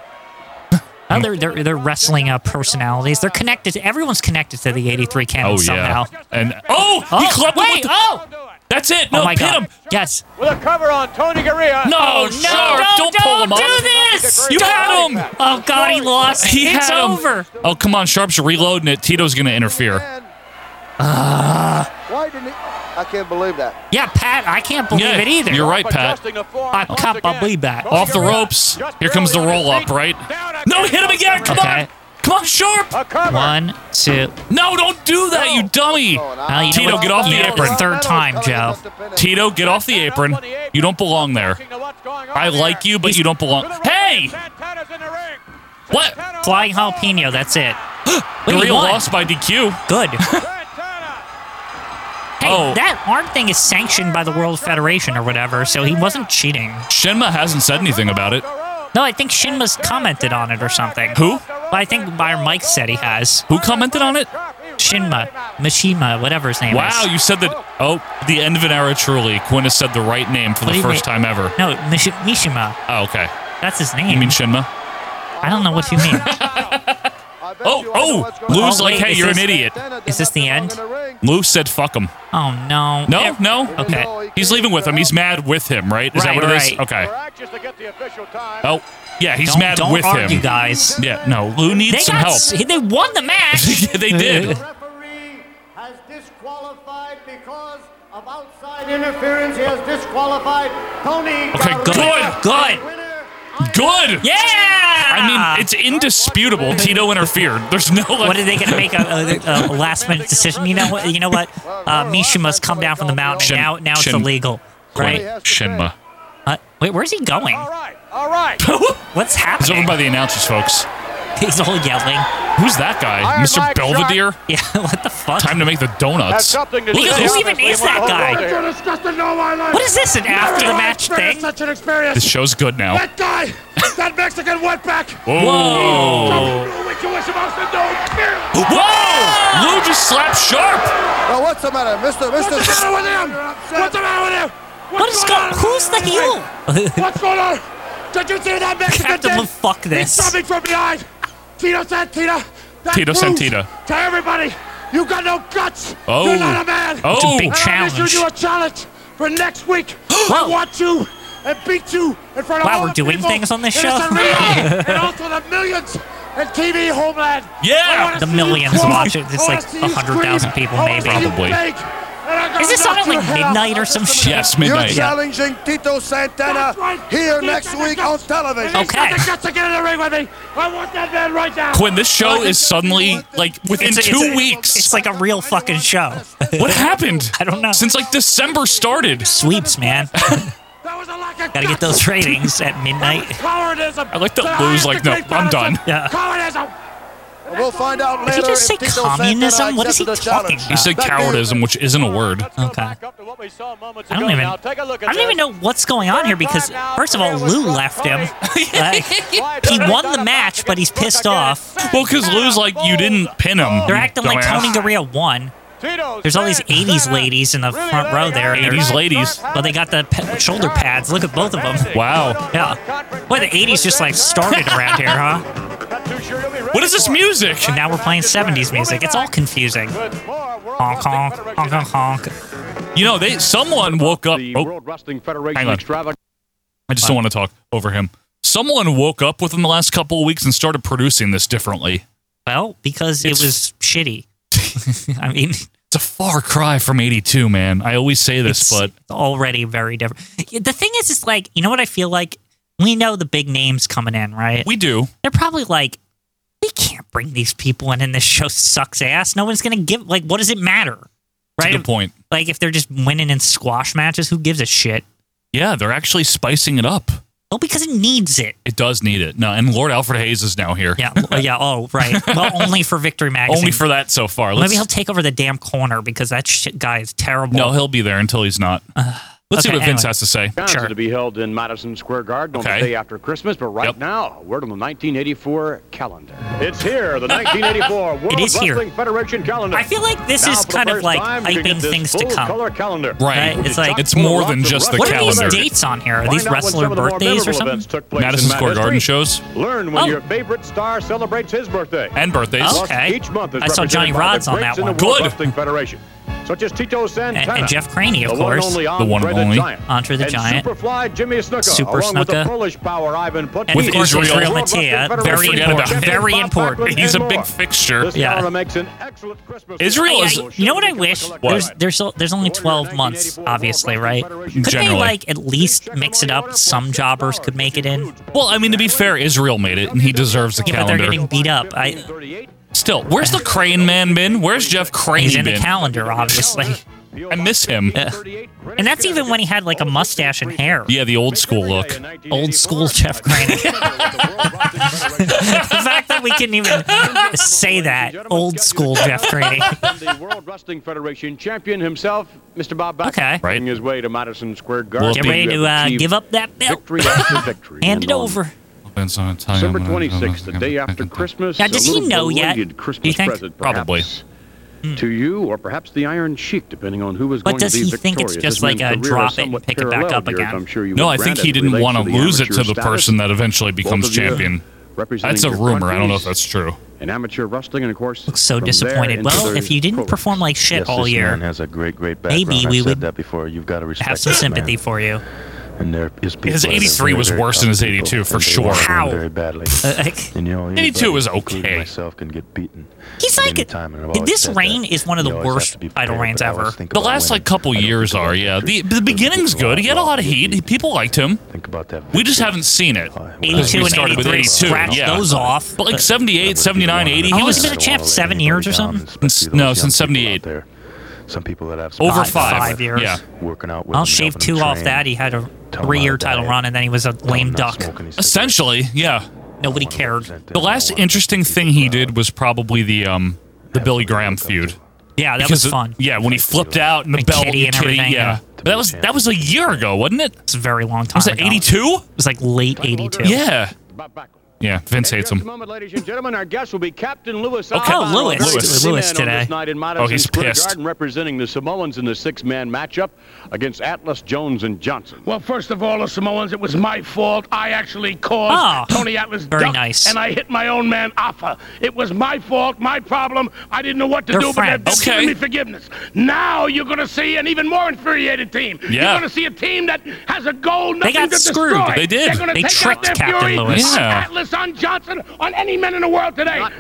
S2: Oh, they're, they're, they're wrestling uh, personalities. They're connected. To, everyone's connected to the 83 canon
S1: Oh yeah.
S2: somehow.
S1: And oh, he
S2: Oh,
S1: clubbed him
S2: wait,
S1: with the-
S2: oh!
S1: That's it. No,
S2: oh my
S1: pin
S2: god.
S1: him. Oh,
S2: Yes. Oh,
S3: With a cover on Tony Garea.
S1: No,
S2: no,
S1: Sharp,
S2: don't,
S1: pull him
S2: don't
S1: up.
S2: do this!
S1: You
S2: Don't.
S1: had him.
S2: Oh god, he lost.
S1: He
S2: it's
S1: had him.
S2: over.
S1: Oh come on, Sharp's reloading it. Tito's gonna interfere.
S2: Ah.
S4: Why didn't he? I can't believe that.
S2: Yeah, Pat, I can't believe
S1: Yeah,
S2: it either.
S1: you're right, Pat.
S2: I can't believe that.
S1: Off the ropes. Here comes the roll up, right? No, hit him again. Come on.
S2: Okay.
S1: Come on, Sharp.
S2: One, two.
S1: No, don't do that, you dummy.
S3: Oh,
S2: Well, you know
S1: Tito,
S2: what?
S1: get off the
S2: You know,
S1: apron.
S2: Third time, Joe.
S1: Tito, get off the apron. You don't belong there. I like you, but you don't belong. Hey! What?
S2: Flying jalapeno, that's
S1: <gasps>
S2: it. <gasps> Wait, he
S1: Gurria
S2: won.
S1: lost by DQ. <laughs>
S2: Good. hey,
S1: Oh.
S2: that arm thing is sanctioned by the World Federation or whatever, so he wasn't cheating.
S1: Shenma hasn't said anything about it.
S2: No, I think Shinma's commented on it or something.
S1: Who?
S2: Well, I think our Mike said he has.
S1: Who commented on it?
S2: Shinma, Mishima, whatever his name
S1: Wow,
S2: is.
S1: you said that. Oh, the end of an era truly. Quinn has said the right name for
S2: What
S1: the
S2: do you
S1: first
S2: mean?
S1: time ever.
S2: No, Mish- Mishima.
S1: Oh, okay.
S2: That's his name.
S1: You mean Shenma?
S2: I don't know what you
S1: <laughs>
S2: mean.
S1: Oh, oh! Lou's
S2: Oh,
S1: like,
S2: wait,
S1: hey,
S2: is
S1: you're an
S2: this-
S1: idiot.
S2: Is this the end?
S1: Lou said, fuck him.
S2: oh, no.
S1: No,
S2: Ev-
S1: no.
S2: Okay.
S1: He's leaving with him. He's mad with him, right? Is that
S2: Right,
S1: what it is?
S2: right.
S1: Okay. Oh, yeah, he's
S2: Don't,
S1: mad
S2: don't
S1: with
S2: argue,
S1: him.
S2: guys.
S1: Yeah, no. Lou needs
S2: They
S1: some
S2: got,
S1: help.
S2: s- they won the
S1: <laughs>
S2: match.
S1: they did.
S3: referee has disqualified because of outside interference. He has disqualified Tony.
S1: Okay,
S3: Garcia.
S1: good.
S2: Good.
S3: Winner,
S1: Good.
S2: <laughs> Yeah.
S1: I mean, it's indisputable. Tito interfered. There's no.
S2: what are they going to make a, a, a last minute decision? You know what? You know what? Uh, Misha must come down from the mountain.
S1: Shin-
S2: and now, now it's
S1: Shin-
S2: illegal,
S1: Quinn,
S2: right?
S1: Shenma.
S2: Uh, wait, where's he going?
S1: <laughs>
S3: All right, all right.
S2: What's
S1: It's
S2: happening?
S1: over by the announcers, folks.
S2: <laughs> He's all yelling.
S1: Who's that guy?
S4: Iron
S1: Mr.
S4: Mike Sharp.
S1: Belvedere?
S2: Yeah, <laughs> what the fuck?
S1: Time to make the
S9: Has
S1: donuts.
S9: something to
S1: Look
S9: say,
S1: at who
S9: obviously,
S2: even is
S9: when
S2: that
S9: the whole
S2: guy.
S9: world here-
S6: disgusted all my life.
S2: what is this, an after the match thing?
S6: an experience.
S1: This show's good now.
S6: guy, that Mexican wetback.
S2: Oh.
S1: Whoa! Whoa! Lou just slapped sharp.
S4: Now, what's the matter, Mister? Mister,
S6: with him? What's the matter with him?
S2: What is going Who's the
S1: Oh.
S2: heel?
S6: What's going on? Did you see that Mexican
S2: Captain,
S6: dick?
S2: well, fuck this.
S6: He's coming from behind. Tito Santita. That
S1: Tito
S6: proves
S1: Santita.
S6: To everybody, you got no guts.
S1: Oh.
S6: You're not a man.
S1: Oh. It's a big
S6: and I'm
S2: challenge.
S6: issuing you a challenge for next week. I
S2: <gasps> Whoa.
S6: want you and beat you in front of
S2: Wow,
S6: all
S2: we're
S6: the
S2: doing
S6: people
S2: things on this
S6: in
S2: show.
S6: arena
S2: <laughs>
S6: and also the millions in TV homeland.
S1: Yeah.
S6: I wanna
S2: The
S6: see you
S2: millions
S6: crawl.
S2: watch it. It's
S6: I wanna
S2: like
S6: see you
S2: 100,000
S6: scream.
S2: people,
S6: I wanna
S2: maybe.
S6: see you
S1: Probably.
S6: bake. And I'm gonna
S2: Is this
S6: knock
S2: on at
S6: your
S2: like
S6: head off.
S2: midnight or some shit?
S1: Yes,
S4: you're
S1: midnight.
S4: challenging Tito Santana
S6: That's right.
S4: here
S6: He's
S4: next
S6: got the
S4: week on
S6: guts.
S4: television.
S6: And he's got
S2: Okay.
S6: the guts to get in the ring with me. I want that man right now.
S1: Quinn, this show is suddenly like within
S2: It's a-
S1: two
S2: it's a-
S1: weeks.
S2: It's like a real fucking show.
S1: what happened?
S2: <laughs> I don't know.
S1: Since like December started.
S2: Sweeps, man. <laughs>
S6: That was a lack of
S2: Gotta get
S6: guts.
S2: those ratings at midnight.
S6: Cowardism.
S1: I like to
S6: the
S1: lose,
S6: highest
S1: like, no,
S6: degree
S1: I'm done.
S6: cowardism.
S2: Yeah.
S6: Cowardism.
S4: We'll find out
S2: Did
S4: later.
S2: he just
S4: if
S2: say
S4: Tito
S2: communism?
S4: Santana
S2: What is he
S4: accepted the
S2: talking
S4: challenge.
S1: He said
S4: That
S1: cowardism, which isn't a word.
S9: Let's go
S2: Okay.
S9: back up to what we saw moments
S2: I don't
S9: ago
S2: even-
S9: now. Take a look at
S2: I don't even
S9: this.
S2: know what's going on here because, first of all, Lou left him. <laughs> Like,
S9: <laughs>
S2: he won the match, but he's pissed off.
S1: Well, because Lou's like, you didn't pin him.
S2: They're acting like Tony
S1: dumbass.
S2: Garea won. There's all these 80s ladies in the front row there. and they're-
S1: 80s ladies.
S2: Well, they got the pe- shoulder pads. Look at both of them.
S1: Wow.
S2: Oh, Yeah. Boy, the 80s just like started around here, huh?
S1: <laughs> What is this music?
S2: And now we're playing 70s music. It's all confusing. Honk, honk, honk, honk, honk.
S1: You know, they someone woke up.
S7: The
S1: Oh,
S7: World Wrestling Federation
S1: Hang on.
S7: extravaganza.
S1: I just don't want to talk over him. Someone woke up within the last couple of weeks and started producing this differently.
S2: Well, because it
S1: It's-
S2: was shitty. <laughs> I mean,
S1: It's a far cry from 82, man. I always say this,
S2: it's
S1: but
S2: already very different. Yeah, The thing is, it's like, you know what I feel like? We know the big names coming in, right?
S1: we do.
S2: They're probably like, we can't bring these people in, and this show sucks ass. No one's going to give, like, what does it matter?
S1: That's
S2: Right?
S1: a good point.
S2: Like, if they're just winning in squash matches, who gives a shit?
S1: Yeah, they're actually spicing it up.
S2: Well, because it needs it.
S1: It does need it. No, and Lord Alfred Hayes is now here.
S2: Yeah, well, yeah. Oh, right. Well, only for Victory Magazine.
S1: Only for that so far.
S2: Maybe
S1: Let's,
S2: he'll take over the damn corner because that shit guy is terrible.
S1: no, he'll be there until he's <sighs> not. Let's see
S2: okay,
S1: what Vince
S2: anyway.
S1: has to say.
S2: Sure.
S7: to be held in Madison Square Garden on
S1: Okay.
S7: the day after Christmas, but right
S1: Yep.
S7: now, a word on the 1984 calendar. It's here,
S2: <laughs>
S7: the 1984 World
S2: It is here.
S7: Wrestling Federation calendar.
S2: I feel like this
S7: Now,
S2: is
S7: for the
S2: kind of
S7: first
S2: like
S7: time, you can
S2: hyping
S7: get this
S2: things to
S7: full
S2: come.
S7: Color calendar.
S1: Right.
S2: Right, it's like-
S1: it's more than just the
S2: what
S1: calendar.
S2: are these dates on here? Are
S7: Find
S2: these
S7: out when some
S2: wrestler
S7: of the more
S2: birthdays or
S7: memorable
S2: something?
S7: events took place
S1: Madison
S7: in
S1: Square
S7: history.
S1: Garden shows
S7: Learn when
S2: Oh.
S7: your favorite star celebrates his birthday.
S1: and birthdays.
S2: Oh.
S7: Thus,
S2: Okay.
S7: Each month is
S2: I saw
S7: represented
S2: Johnny
S7: by the
S2: Rods on
S7: greats
S2: that
S7: in the
S2: one.
S7: World
S1: Good.
S7: Wrestling Federation, such as Tito Santana,
S2: and Jeff Craney, of
S7: the one and
S2: course.
S7: only
S1: The one and
S7: Andre
S1: only.
S7: Giant,
S2: Andre the
S7: and
S2: Giant.
S7: Superfly Jimmy Snuka,
S2: Super
S7: along with the
S2: Snuka.
S7: Polish power Ivan Putnik,
S2: And
S1: With
S2: of course,
S1: Israel.
S2: Israel
S7: World Wrestling
S2: Mattia.
S7: Federation
S2: Very
S1: Forget about
S2: important.
S1: him.
S2: Very
S7: Bob
S2: important.
S7: Backlund
S1: He's a
S7: and
S1: big
S7: more.
S1: fixture.
S7: This
S2: Yeah.
S7: calendar makes an excellent Christmas.
S1: Israel
S2: Yeah,
S1: is-
S2: I- you know what I wish? There's there's al- there's only 12 months, obviously, right? Could they
S1: Generally.
S2: like at least mix it up? Some jobbers could make it in.
S1: Well, I mean, to be fair, Israel made it, and he deserves the
S2: Yeah, but they're
S1: calendar.
S2: getting beat up. I,
S1: Still, where's the Crane Man been? Where's Jeff Crane
S2: he's in the
S1: been?
S2: calendar, obviously.
S1: I miss him.
S2: Yeah. And that's even when he had like a mustache and hair.
S1: Yeah, the old school look.
S2: Old school Jeff
S7: <laughs>
S2: Crane. <laughs> <laughs> the fact that we can even say that old school Jeff
S1: <laughs>
S7: <laughs>
S2: Craney.
S7: the World Wrestling Federation champion himself, Mr. Bob Backlund,
S2: Okay.
S1: Right.
S7: making his way to Madison Square Garden.
S1: Well,
S2: Get ready to uh,
S7: Achieved
S2: give up that belt. <laughs>
S7: Victory after victory.
S2: Hand it
S7: And on
S2: over.
S7: December 26th, the day after Christmas.
S2: Now, does
S7: a
S2: he
S7: little
S2: know yet?
S7: belated Christmas
S2: Do you think? Hmm.
S7: present,
S1: Probably.
S7: perhaps, To you, or perhaps the Iron Sheik, depending on who was
S2: But
S7: going to
S2: does
S7: be
S2: he think it's
S7: victorious.
S2: just
S7: His men's
S2: like a
S7: career
S2: drop
S7: is
S2: it and
S7: somewhat
S2: pick it back
S7: parallel
S2: up
S7: here,
S2: again?
S7: as I'm sure you
S1: No,
S7: would
S1: I think
S7: grant
S1: he
S7: it
S1: didn't
S7: relates
S1: want to
S7: the
S1: lose it
S7: amateur
S1: to the
S7: status.
S1: person that eventually
S7: Both
S1: becomes
S7: of you
S1: champion.
S7: representing
S1: That's a
S7: your
S1: rumor. I don't know if
S7: countries
S1: that's true.
S7: and amateur wrestling, and of course,
S2: Looks so
S7: from there
S2: disappointed.
S7: into
S2: Well,
S7: their
S2: if you didn't
S7: programs.
S2: perform like shit
S10: Yes,
S2: all
S10: this
S2: year,
S10: man has a great, great
S2: Maybe
S10: background. I've
S2: we
S10: said
S2: would
S10: that before. You've got to respect
S2: have some
S10: this
S2: sympathy
S10: man.
S2: for you.
S10: And there is people
S1: His
S10: that are
S1: 83
S10: very,
S1: was
S10: very
S1: worse
S10: tough
S1: than his
S10: people,
S1: 82 for
S10: and they
S1: sure.
S10: want to win
S2: How?
S10: Very badly.
S2: Uh, like-
S10: And you know,
S1: 82
S10: anybody,
S1: is
S10: including
S1: okay.
S10: Myself can get beaten.
S2: He's
S10: at
S2: like-
S10: any time, and I've always
S2: this
S10: said
S2: reign
S10: that.
S2: is one of
S10: You
S2: the
S10: always have
S2: worest
S10: to be
S2: title
S10: prepared,
S2: reigns
S10: but I always
S2: ever.
S10: think
S1: The
S10: about
S1: last
S10: winning.
S1: like couple
S10: I don't
S1: years
S10: think about
S1: are yeah. The,
S10: victory.
S1: the
S10: I think
S1: beginning's
S10: about
S1: good. He had a
S10: loss.
S1: lot of heat. People liked him.
S10: Think about that.
S1: We just
S10: victory.
S1: haven't seen it.
S10: Why- why-
S2: 82
S1: We
S2: and
S1: started with
S2: 83,
S1: 82,
S2: scratch
S1: yeah.
S2: those off.
S1: But like 78, 79, 80,
S2: How
S1: he
S2: long
S1: was
S2: has he Oh, been a champ? Seven years or something?
S1: Since- no, since 78.
S10: Some people that have some
S1: over
S10: problems
S1: five.
S2: five years.
S1: Yeah.
S10: working out. with
S2: I'll
S10: them,
S2: shave
S10: helping them
S2: two off
S10: train,
S2: that. He had a
S10: tell them how
S2: three-year
S10: to
S2: title
S10: diet,
S2: run, and then he was a
S10: tell them
S2: lame
S10: not
S2: duck.
S10: smoking any cigarettes.
S1: Essentially, yeah.
S2: Nobody cared.
S1: The last interesting thing he did was probably the um the Billy Graham feud.
S2: Yeah, that
S1: Because
S2: was
S1: it-
S2: fun.
S1: Yeah, when he flipped out and the
S2: And
S1: belt
S2: Kitty and everything,
S1: yeah.
S2: yeah.
S1: But that was that was a year ago, wasn't it?
S2: It's a very long time.
S1: Was it
S2: ago.
S1: eighty two?
S2: It was like late '82.
S1: Yeah.
S7: Bob Backlund.
S1: Yeah. Vince
S7: In
S1: hates
S7: just
S1: him.
S7: a moment, ladies and gentlemen, our guest will be Captain Lewis.
S1: Okay.
S7: Albano,
S2: Oh, Lewis.
S7: a very
S1: Lewis.
S7: busy
S2: Lewis
S7: man on this
S2: today.
S7: night in Madison
S1: Oh, he's
S7: Square
S1: pissed.
S7: Garden, representing the Samoans in the six-man matchup against Atlas Jones and Johnson.
S6: Well, first of all, the Samoans, it was my fault. I actually caused
S2: Ah,
S6: Tony Atlas
S2: very
S6: duck,
S2: nice.
S6: and I hit my own man Alpha. It was my fault, my problem. I didn't know what to
S2: They're
S6: do, but
S2: friends.
S6: they've
S1: Okay.
S6: given me forgiveness. Now you're going to see an even more infuriated team.
S1: Yeah.
S6: You're going to see a team that has a goal nothing
S2: got
S6: to
S2: screwed.
S6: destroy.
S1: They did.
S6: They're gonna
S2: They
S6: take
S2: tricked
S6: out their
S2: Captain
S6: fury
S2: Lewis.
S6: on
S1: Yeah.
S6: Atlas, on Johnson, on any men in the world today. Six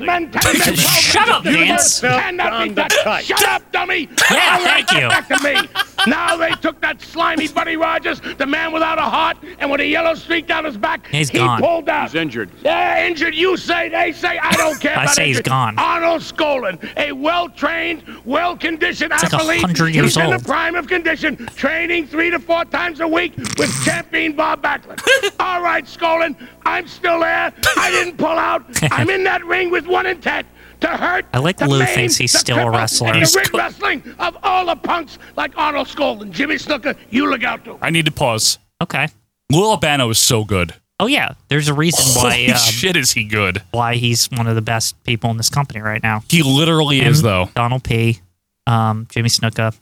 S7: Notwithstanding.
S6: men, ten
S2: <laughs>
S6: men,
S2: Shut up, Vance.
S6: Cannot be done. Shut up, dummy.
S2: Yeah,
S6: All right,
S2: thank you.
S6: Back to me. Now they took that slimy Buddy Rogers, the man without a heart, and with a yellow streak down his back,
S2: He's
S6: he
S2: gone.
S6: pulled out.
S7: He's injured.
S6: Yeah, injured. You say, they say. I don't care.
S2: I
S6: about
S2: say he's
S6: injured.
S2: gone.
S6: Arnold Skolin, a well-trained, well-conditioned
S2: like
S6: athlete.
S2: 100
S6: he's
S2: years
S6: in
S2: old.
S6: the prime of condition, training three to four times a week with champion Bob
S1: <laughs>
S6: Backlund. All right, Skolin, I'm still there. I didn't
S1: <laughs>
S6: pull out. I'm in that ring with one intent. To hurt,
S2: I like
S6: to
S2: Lou
S6: maim,
S2: thinks he's
S6: to
S2: still a
S6: cripple,
S2: wrestler.
S6: And
S2: He's
S6: the ring
S2: co-
S6: wrestling of all the punks like Arnold Skolin, Jimmy Snooker, you look out to.
S1: I need to pause.
S2: Okay.
S1: Lil Albano is so good.
S2: Oh yeah. There's a reason
S1: Holy
S2: why um,
S1: shit, is he good?
S2: why he's one of the best people in this company right now.
S1: He literally is
S2: Him,
S1: though.
S2: Donald P. Um, Jimmy Snuka.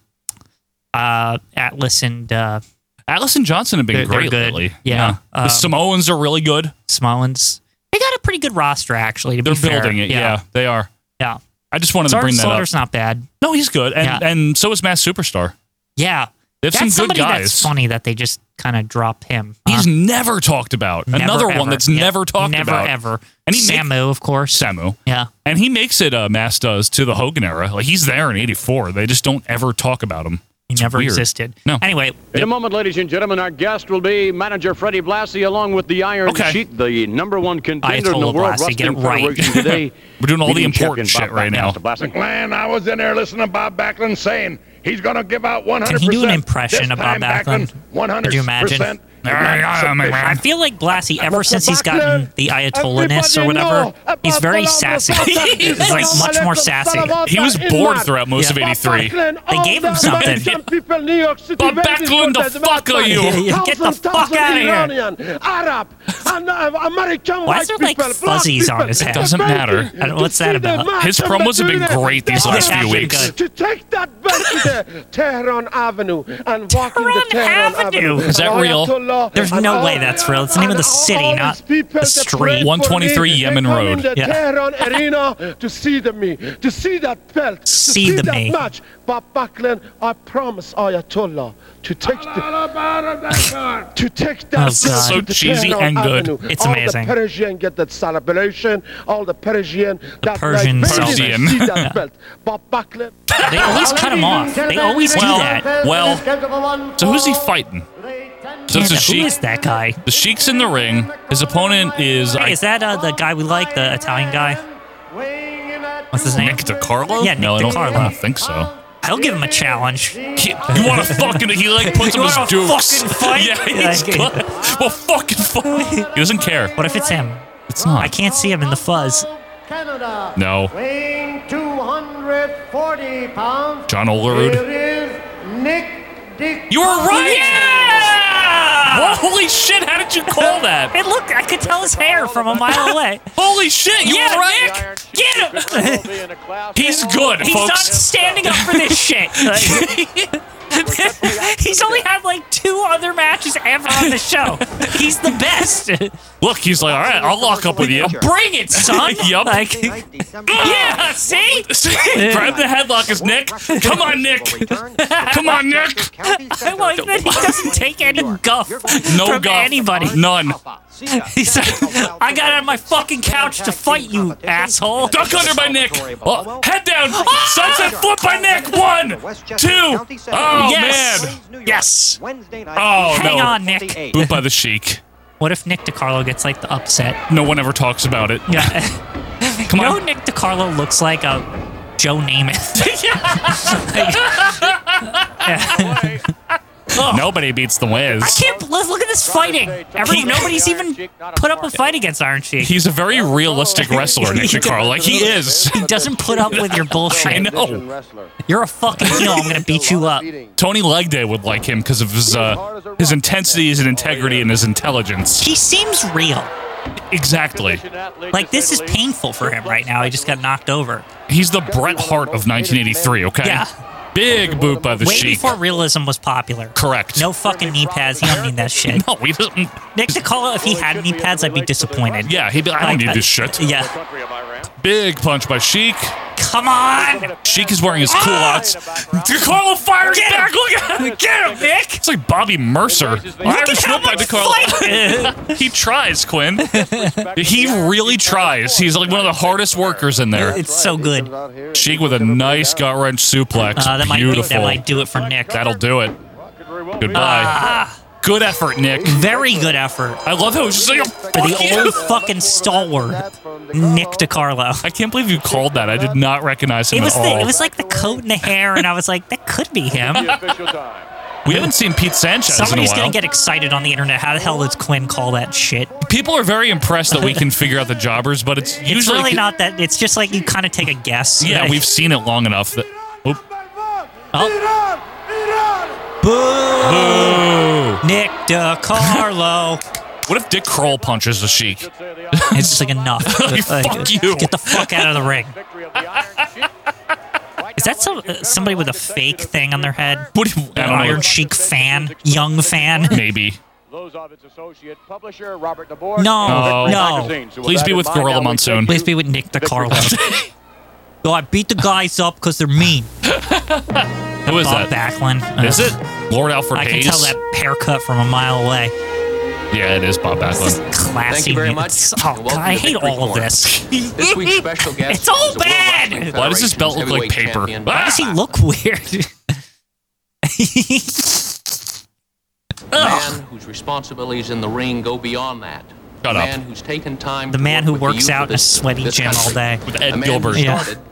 S2: Uh, Atlas and uh,
S1: Atlas and Johnson have been
S2: They're- they're
S1: great
S2: good.
S1: lately.
S2: Yeah.
S1: the
S2: Um,
S1: Samoans are really good.
S2: Smolens. They got a pretty good roster actually. To
S1: They're
S2: be fair.
S1: building it. Yeah. they are.
S2: Yeah.
S1: I just wanted to
S2: Sergeant
S1: bring that up.
S2: Slaughter's not bad.
S1: No, he's good, and
S2: Yeah.
S1: and so is Mass Superstar.
S2: Yeah.
S1: They have
S2: that's
S1: some good
S2: somebody
S1: guys.
S2: that's funny that they just kind of drop him. huh?
S1: He's never talked about.
S2: Uh-huh. Never,
S1: Another
S2: ever.
S1: one that's
S2: Yeah.
S1: never talked
S2: never,
S1: about.
S2: ever.
S1: And
S2: And
S1: he
S2: he
S1: make-
S2: Samu, of course.
S1: Samu.
S2: Yeah.
S1: And he makes it, uh, Mass does, to the Hogan era. Like, he's there in 84. They just don't ever talk about him.
S2: He
S1: It's
S2: never
S1: weird.
S2: existed.
S1: No.
S2: Anyway,
S7: In a moment, ladies and gentlemen, our guest will be manager Freddie Blassie, along with the Iron
S1: Okay.
S7: Sheik, the number one contender in the
S2: told
S7: World
S2: Blassie,
S7: Wrestling
S2: get it right.
S7: Federation today.
S1: <laughs> We're doing all the
S7: Leading
S1: important
S7: champion,
S1: shit right
S7: Backlund.
S1: now.
S7: Master Blassie.
S6: Glenn, I was in there listening to Bob Backlund saying he's going to give out 100%.
S2: Can he do an impression of Bob Backlund? Could you imagine? I feel like Blassie, ever since he's gotten the Ayatollahness or whatever, he's very sassy. he's like much more sassy.
S1: He was bored throughout most
S2: Yeah.
S1: of 83.
S2: They gave him something.
S1: Bob Backlund, the fuck are you?
S2: Get the fuck out of here.
S6: Arab, and, uh, American
S2: Why is there, like, fuzzies on his head?
S1: Doesn't matter.
S2: I don't- what's that about?
S1: His promos have been great these last
S2: Yeah,
S1: few
S2: they're
S1: weeks.
S2: good.
S6: To take that belt to the Tehran Avenue and walk
S2: Tehran
S6: into Tehran
S2: Avenue?
S6: Avenue.
S1: Is that
S6: And
S1: real?
S6: Ayatollah
S2: There's
S6: and
S2: no
S6: all-
S2: way that's real. It's the name of the
S6: and
S2: city,
S6: all
S2: not
S6: these people
S2: the
S6: that
S2: street.
S6: prayed for me,
S1: 123
S6: they
S1: Yemen
S6: come in
S1: Road.
S6: the
S2: Yeah.
S6: Tehran Arena to see the me, to see that belt, to
S2: See
S6: see,
S2: the
S6: that
S2: me.
S6: match. Bob Backlund, I promise Ayatollah to take the, to take that
S2: Oh,
S6: belt
S2: God.
S1: So
S6: to the
S1: cheesy and
S6: Tehran
S1: good.
S6: Avenue.
S2: It's
S6: all
S2: amazing.
S6: The Persian get that celebration. All the Persian that
S2: Persian
S6: night,
S2: celebration.
S6: they didn't see that belt. Bob Backlund.
S2: They always cut him off. They always do
S1: Well,
S2: that.
S1: well, So who's he fighting? So
S2: Yeah,
S1: it's a
S2: who
S1: Sheik.
S2: is that guy?
S1: The Sheik's in the ring. His opponent is
S2: Hey,
S1: I,
S2: is that uh, the guy we like, the Italian guy? What's his name?
S1: Nick DiCarlo?
S2: Yeah, Nick
S1: no, I don't,
S2: DiCarlo.
S1: I don't think so.
S2: I'll give him a challenge.
S1: He- you
S2: <laughs>
S1: want to fucking? He like puts
S2: You
S1: him his
S2: wanna
S1: dukes. <laughs>
S2: fucking fight?
S1: Yeah, he's
S2: Like-
S1: good. Well, fucking fight. He doesn't care.
S2: What if it's him?
S1: It's not.
S2: I can't see him in the fuzz.
S3: Canada.
S1: No.
S3: Weighing 240 pounds.
S1: John Olerud.
S3: Here is Nick Dick.
S1: You were right.
S2: Yeah!
S1: What? Holy shit! How did you
S2: <laughs>
S1: call that?
S2: And look, I could tell his hair from a mile
S1: <laughs>
S2: away.
S1: Holy shit! You
S2: Yeah,
S1: were right.
S2: Nick! Get him!
S1: <laughs> He's good,
S2: He's not
S1: folks.
S2: standing up for this shit.
S1: <laughs>
S2: <laughs> He's only had like two other matches ever on the
S1: <laughs>
S2: show. He's the best.
S1: Look, he's like, all right, I'll lock up
S2: <laughs>
S1: with you.
S2: Bring it, <laughs> son.
S1: Yup.
S2: Like, <laughs>
S1: <laughs>
S2: yeah, see?
S1: Grab the headlock, is Nick. Come on, Nick. Come on, Nick.
S2: I like that he doesn't take any guff
S1: No
S2: from
S1: guff.
S2: anybody.
S1: None.
S2: <laughs> He said, I got out of my fucking couch to fight you, asshole.
S1: Duck under by Nick. Oh, head down. Sunset flip by Nick. One, two. Oh
S2: Yes.
S1: man.
S2: Yes.
S8: Wednesday night.
S1: Oh,
S2: Hang
S1: no.
S2: on, Nick.
S1: Boot by the Sheik.
S2: What if Nick DiCarlo gets like the upset? <laughs>
S1: No one ever talks about it. <laughs>
S2: Yeah.
S1: Come
S2: you know
S1: on.
S2: who Nick DiCarlo looks like a
S1: <laughs>
S2: Joe Namath.
S1: Nobody beats the Wiz.
S2: Oh. I can't believe. Look at this fighting. Every,
S1: He-
S2: nobody's even <laughs> put up a fight against Iron Sheik.
S1: He's a very
S2: <laughs>
S1: realistic wrestler, Nick Jacar. Like he is.
S2: Oh. He doesn't put up with your bullshit.
S1: <laughs> I know.
S4: Division wrestler.
S2: You're a fucking heel. I'm gonna beat
S5: <laughs>
S2: you up.
S1: Tony Legday would like him because of his uh, his intensity, his integrity, and his intelligence.
S2: He seems real.
S1: Exactly.
S2: Like this is painful for him right now. He just got knocked over.
S1: He's the Bret Hart of 1983. Okay.
S2: Yeah.
S1: Big boot by the
S2: Way
S1: Sheik.
S2: before realism was popular.
S1: Correct.
S2: No fucking knee pads. He don't need that shit.
S1: <laughs> No, he doesn't.
S2: Nick DiCola, if he had knee pads, I'd be disappointed.
S1: Yeah, he. I don't need this shit.
S2: <laughs> Yeah.
S1: Big punch by Sheik.
S2: Come on. Ah!
S1: Sheik is wearing his culottes. DeCarlo fires
S2: Get him.
S1: back. Look at him.
S2: Get him, Nick.
S1: It's like Bobby Mercer. Irish
S2: how
S1: whip by
S2: much
S1: <laughs> DeCarlo. he tries, Quinn. he really tries. He's like one of the hardest workers in there.
S2: It's so good. Uh,
S4: Out here.
S1: Sheik with a nice gut wrench suplex.
S2: Ah, that might be,
S1: Beautiful.
S2: that might do it for Nick.
S1: That'll do it. Goodbye. Good effort, Nick.
S2: Very good effort.
S1: I love how it's just like,
S2: By
S1: "Fuck you."
S2: the old fucking stalwart, Nick DiCarlo.
S1: I can't believe you called that. I did not recognize him
S2: It was
S1: at all.
S2: the, it was like the coat and the hair, and I was like, that could be him.
S1: we haven't seen Pete Sanchez in a
S2: Somebody's
S1: while.
S2: gonna get excited on the internet. How the hell does Quinn call that shit?
S1: People are very impressed that
S2: <laughs>
S1: we can figure out the jobbers, but it's usually
S2: It's really not that. It's just like you kind of take a guess.
S1: Yeah,
S2: Like,
S1: we've seen it long enough that. Oop.
S2: Oh.
S1: Boo.
S2: Nick DiCarlo.
S1: What if Dick Kroll punches the Sheik?
S2: it's just like enough.
S1: Like,
S2: Like,
S1: fuck you.
S2: Get the fuck out of the ring. Is that some, uh, somebody with a fake thing on their head?
S1: What do you- I
S2: An
S1: don't know.
S2: Iron Sheik fan, young fan.
S1: Maybe.
S7: Those of its associate publisher, Robert DeBoer.
S2: No,
S1: Oh.
S2: no.
S1: Please be with Gorilla Monsoon.
S2: Please be with Nick DiCarlo. Yo, I beat the guys up because they're mean.
S1: Who is
S2: Bob
S1: that?
S2: Backlund. Ugh.
S1: Is it Lord Alfred
S2: I can
S1: Hayes?
S2: tell that haircut from a mile away.
S1: Yeah, it is Bob
S2: This is
S1: Backlund.
S2: classy.
S9: Thank you very
S2: It's-
S9: much.
S2: Oh,
S9: Welcome
S2: God, I
S9: to
S2: hate
S9: Victory
S2: all of
S9: Corner.
S2: this.
S9: This week's special guest.
S2: It's all
S9: is a World
S2: bad!
S9: Wrestling
S1: Why does his belt look like
S9: Federation's
S1: paper?
S9: heavyweight champion,
S1: Ah!
S2: Why does he look weird?
S9: The man whose responsibilities in the ring go beyond that.
S1: Shut
S9: the
S1: up.
S9: man who's taken time.
S2: the
S9: to
S2: man
S9: work
S2: who
S9: with the
S2: works
S9: youth
S2: out
S9: of
S2: in a
S9: this-
S2: sweaty
S9: this
S2: gym all
S9: country.
S2: day.
S1: With
S9: A
S1: Ed
S9: man
S1: Gilbert.
S9: Who
S2: Yeah.
S9: started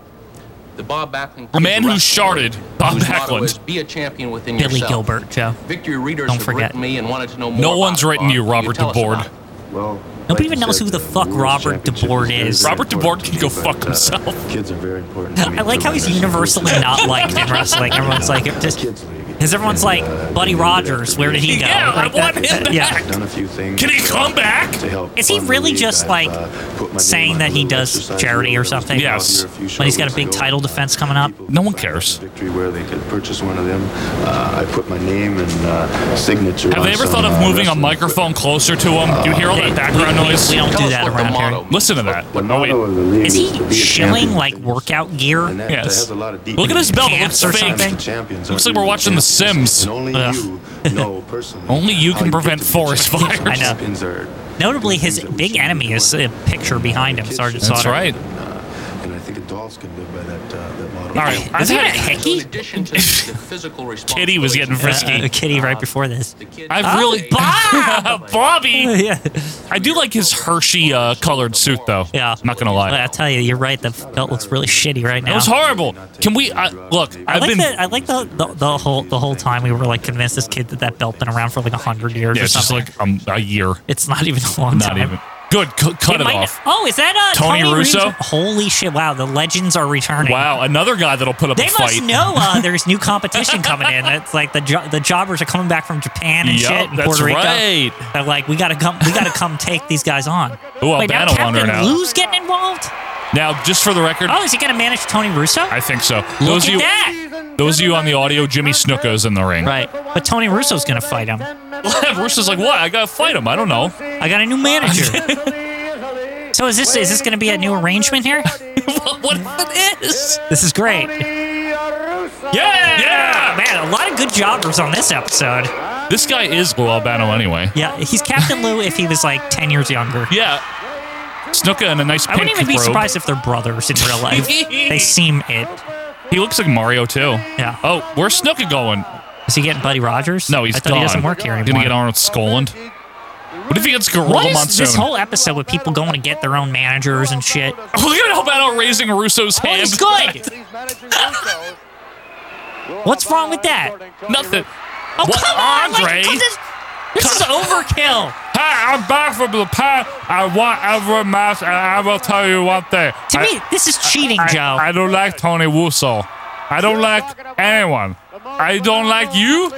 S9: The Bob Backlund.
S1: A man who
S9: Wrestling
S1: sharted
S9: League,
S1: Bob
S9: whose motto
S1: Backlund.
S9: is, Be a champion within
S2: Billy
S9: yourself.
S2: Gilbert, Joe.
S9: Victory readers
S2: Don't
S9: have
S2: forget.
S9: written me and wanted to know more.
S1: No
S9: about
S1: one's
S9: it,
S1: written
S9: Bob.
S1: you,
S9: Will
S1: Robert
S9: tell us
S1: DeBoard.
S9: about it?
S10: Well,
S2: Nobody even knows who the fuck Robert DeBoard is.
S1: Robert DeBoard can go fuck himself.
S10: Kids are very important. to
S2: <laughs>
S10: me
S2: I like
S10: for
S2: how he's
S10: winners.
S2: universally not liked in wrestling. Everyone's like, it just.
S10: Kids league.
S2: Because everyone's like, Buddy Rogers, where did he go?
S1: Yeah, I
S2: Like that-
S1: want him
S2: Yeah.
S1: back.
S10: Done a few things.
S1: Can he come back?
S10: to help
S2: Is he
S10: fund the
S2: really
S10: league.
S2: just,
S10: I've,
S2: like,
S10: uh, put my name
S2: saying
S10: on
S2: that he
S10: the
S2: does
S10: exercise
S2: charity
S10: wheel.
S2: or something?
S1: Yes.
S2: But he's got a big
S10: People
S2: title defense coming up.
S1: No one
S10: found
S1: cares.
S10: Victory where they could purchase one of them. Uh, I put my name and uh, signature.
S1: Have
S10: on
S1: they ever
S10: some,
S1: thought of
S10: uh,
S1: moving a
S10: wrestling
S1: microphone closer to him? Do you hear all
S2: Hey,
S1: that background
S2: we- we-
S1: noise?
S2: We don't
S9: Tell
S2: do
S9: us
S2: that
S9: what the
S2: around
S9: motto
S2: here.
S9: means.
S1: Listen to that.
S10: The
S1: Oh, wait.
S10: motto of the league
S2: Is
S10: to
S2: he
S10: be a
S2: shilling
S10: champion.
S2: like workout gear?
S10: And that, uh,
S1: Yes.
S10: that has a lot of deep
S1: Look at his belt. It
S2: Camps
S1: looks
S2: or
S1: fake.
S2: something?
S10: Champions
S1: Looks
S10: are
S1: like we're
S10: really
S1: watching The
S10: champions,
S1: Sims.
S10: and only
S1: Ugh. <laughs>
S10: you know personally.
S1: Only you
S10: how
S1: can
S10: get
S1: prevent
S10: to be
S1: forest
S10: champion.
S1: fires.
S2: I know.
S10: Champions are
S2: Notably, his
S10: things that we
S2: big
S10: should
S2: enemy is
S10: be
S2: a picture behind him. Sergeant
S1: That's
S2: Slaughter.
S1: right.
S10: uh, And I think adults can live by that, uh, that model.
S1: All right. I've
S2: Isn't
S1: had
S2: that a
S9: So in
S2: hickey?
S9: addition to the physical responsibilities,
S1: Kitty was getting
S2: Uh,
S1: frisky.
S2: a kitty right before this. <laughs>
S9: the kid-
S1: <laughs> I've
S9: Oh,
S1: really
S2: Bob!
S1: Bobby.
S2: yeah.
S1: I do like his Hershey uh, colored suit though.
S2: Yeah.
S1: not gonna
S2: But
S1: lie.
S2: I tell you, you're right. The belt looks really shitty right now.
S1: That was horrible. Can we uh, look?
S2: I
S1: I've
S2: like
S1: been.
S2: that. I like the, the the whole the whole time we were like convinced this kid that that belt been around for like a hundred years
S1: Yeah,
S2: or
S1: it's just
S2: something.
S1: like um, a year.
S2: it's not even a long
S1: Not
S2: time.
S1: even. Good. Cu-
S2: It
S1: cut it,
S2: might-
S1: off.
S2: Oh, is that uh,
S1: Tony
S2: Tony,
S1: Russo?
S2: Holy shit! Wow, the legends are returning.
S1: Wow, another guy that'll put up
S2: They
S1: a
S2: must
S1: fight.
S2: know
S1: <laughs>
S2: uh, there's new competition coming in. It's like the jo- the jobbers are coming back from Japan and
S1: Yup,
S2: shit and
S1: that's
S2: Puerto Rico.
S1: right.
S2: They're like, we gotta come, we gotta come take these guys on.
S1: Ooh,
S2: Wait, now
S1: Albano on her
S2: Captain
S1: now.
S2: Lou's getting involved.
S1: Now, just for the record,
S2: Oh, is he gonna manage Tony Russo?
S1: I think so.
S2: Look
S1: those
S2: at
S1: of you,
S2: that.
S1: those of you on the audio, Jimmy Snuka's in the ring.
S2: Right, but Tony Russo's gonna fight him. <laughs>
S1: Bruce is like, what? I gotta fight him. I don't know.
S2: I got a new manager. So is this is this going to be a new arrangement <laughs> here?
S1: <laughs> what, what if it is?
S2: This is great.
S1: Yeah,
S2: Oh,
S1: yeah.
S2: man, a lot of good jobbers on this episode.
S1: This guy is Lou Albano anyway.
S2: Yeah, he's Captain Lou if he was like ten years younger.
S1: Yeah. Snuka in a nice
S2: I
S1: pink
S2: wouldn't even be
S1: robe.
S2: surprised if they're brothers in real
S1: <laughs>
S2: life. they seem it.
S1: He looks like Mario too.
S2: Yeah.
S1: Oh, where's Snuka going?
S2: Is he getting Buddy Rogers?
S1: No, he's
S2: I thought
S1: gone.
S2: he doesn't work here anymore.
S1: Gonna get Arnold Skoland. What if he gets Gorilla
S2: what is
S1: Monsoon?
S2: this whole episode with people going to get their own managers and shit? Oh,
S1: <laughs> Look at Albano raising Russo's hand.
S2: he's good. What's wrong with that?
S1: Nothing.
S2: Oh,
S1: What,
S2: come on, like,
S1: Andre?
S2: this, this is overkill.
S1: Hi, I'm back from the past. I want every match, and I will tell you one thing.
S2: To
S1: I,
S2: me, this is cheating,
S1: I,
S2: Joe.
S1: I don't like Tony Wusso. I don't like anyone. I don't like you,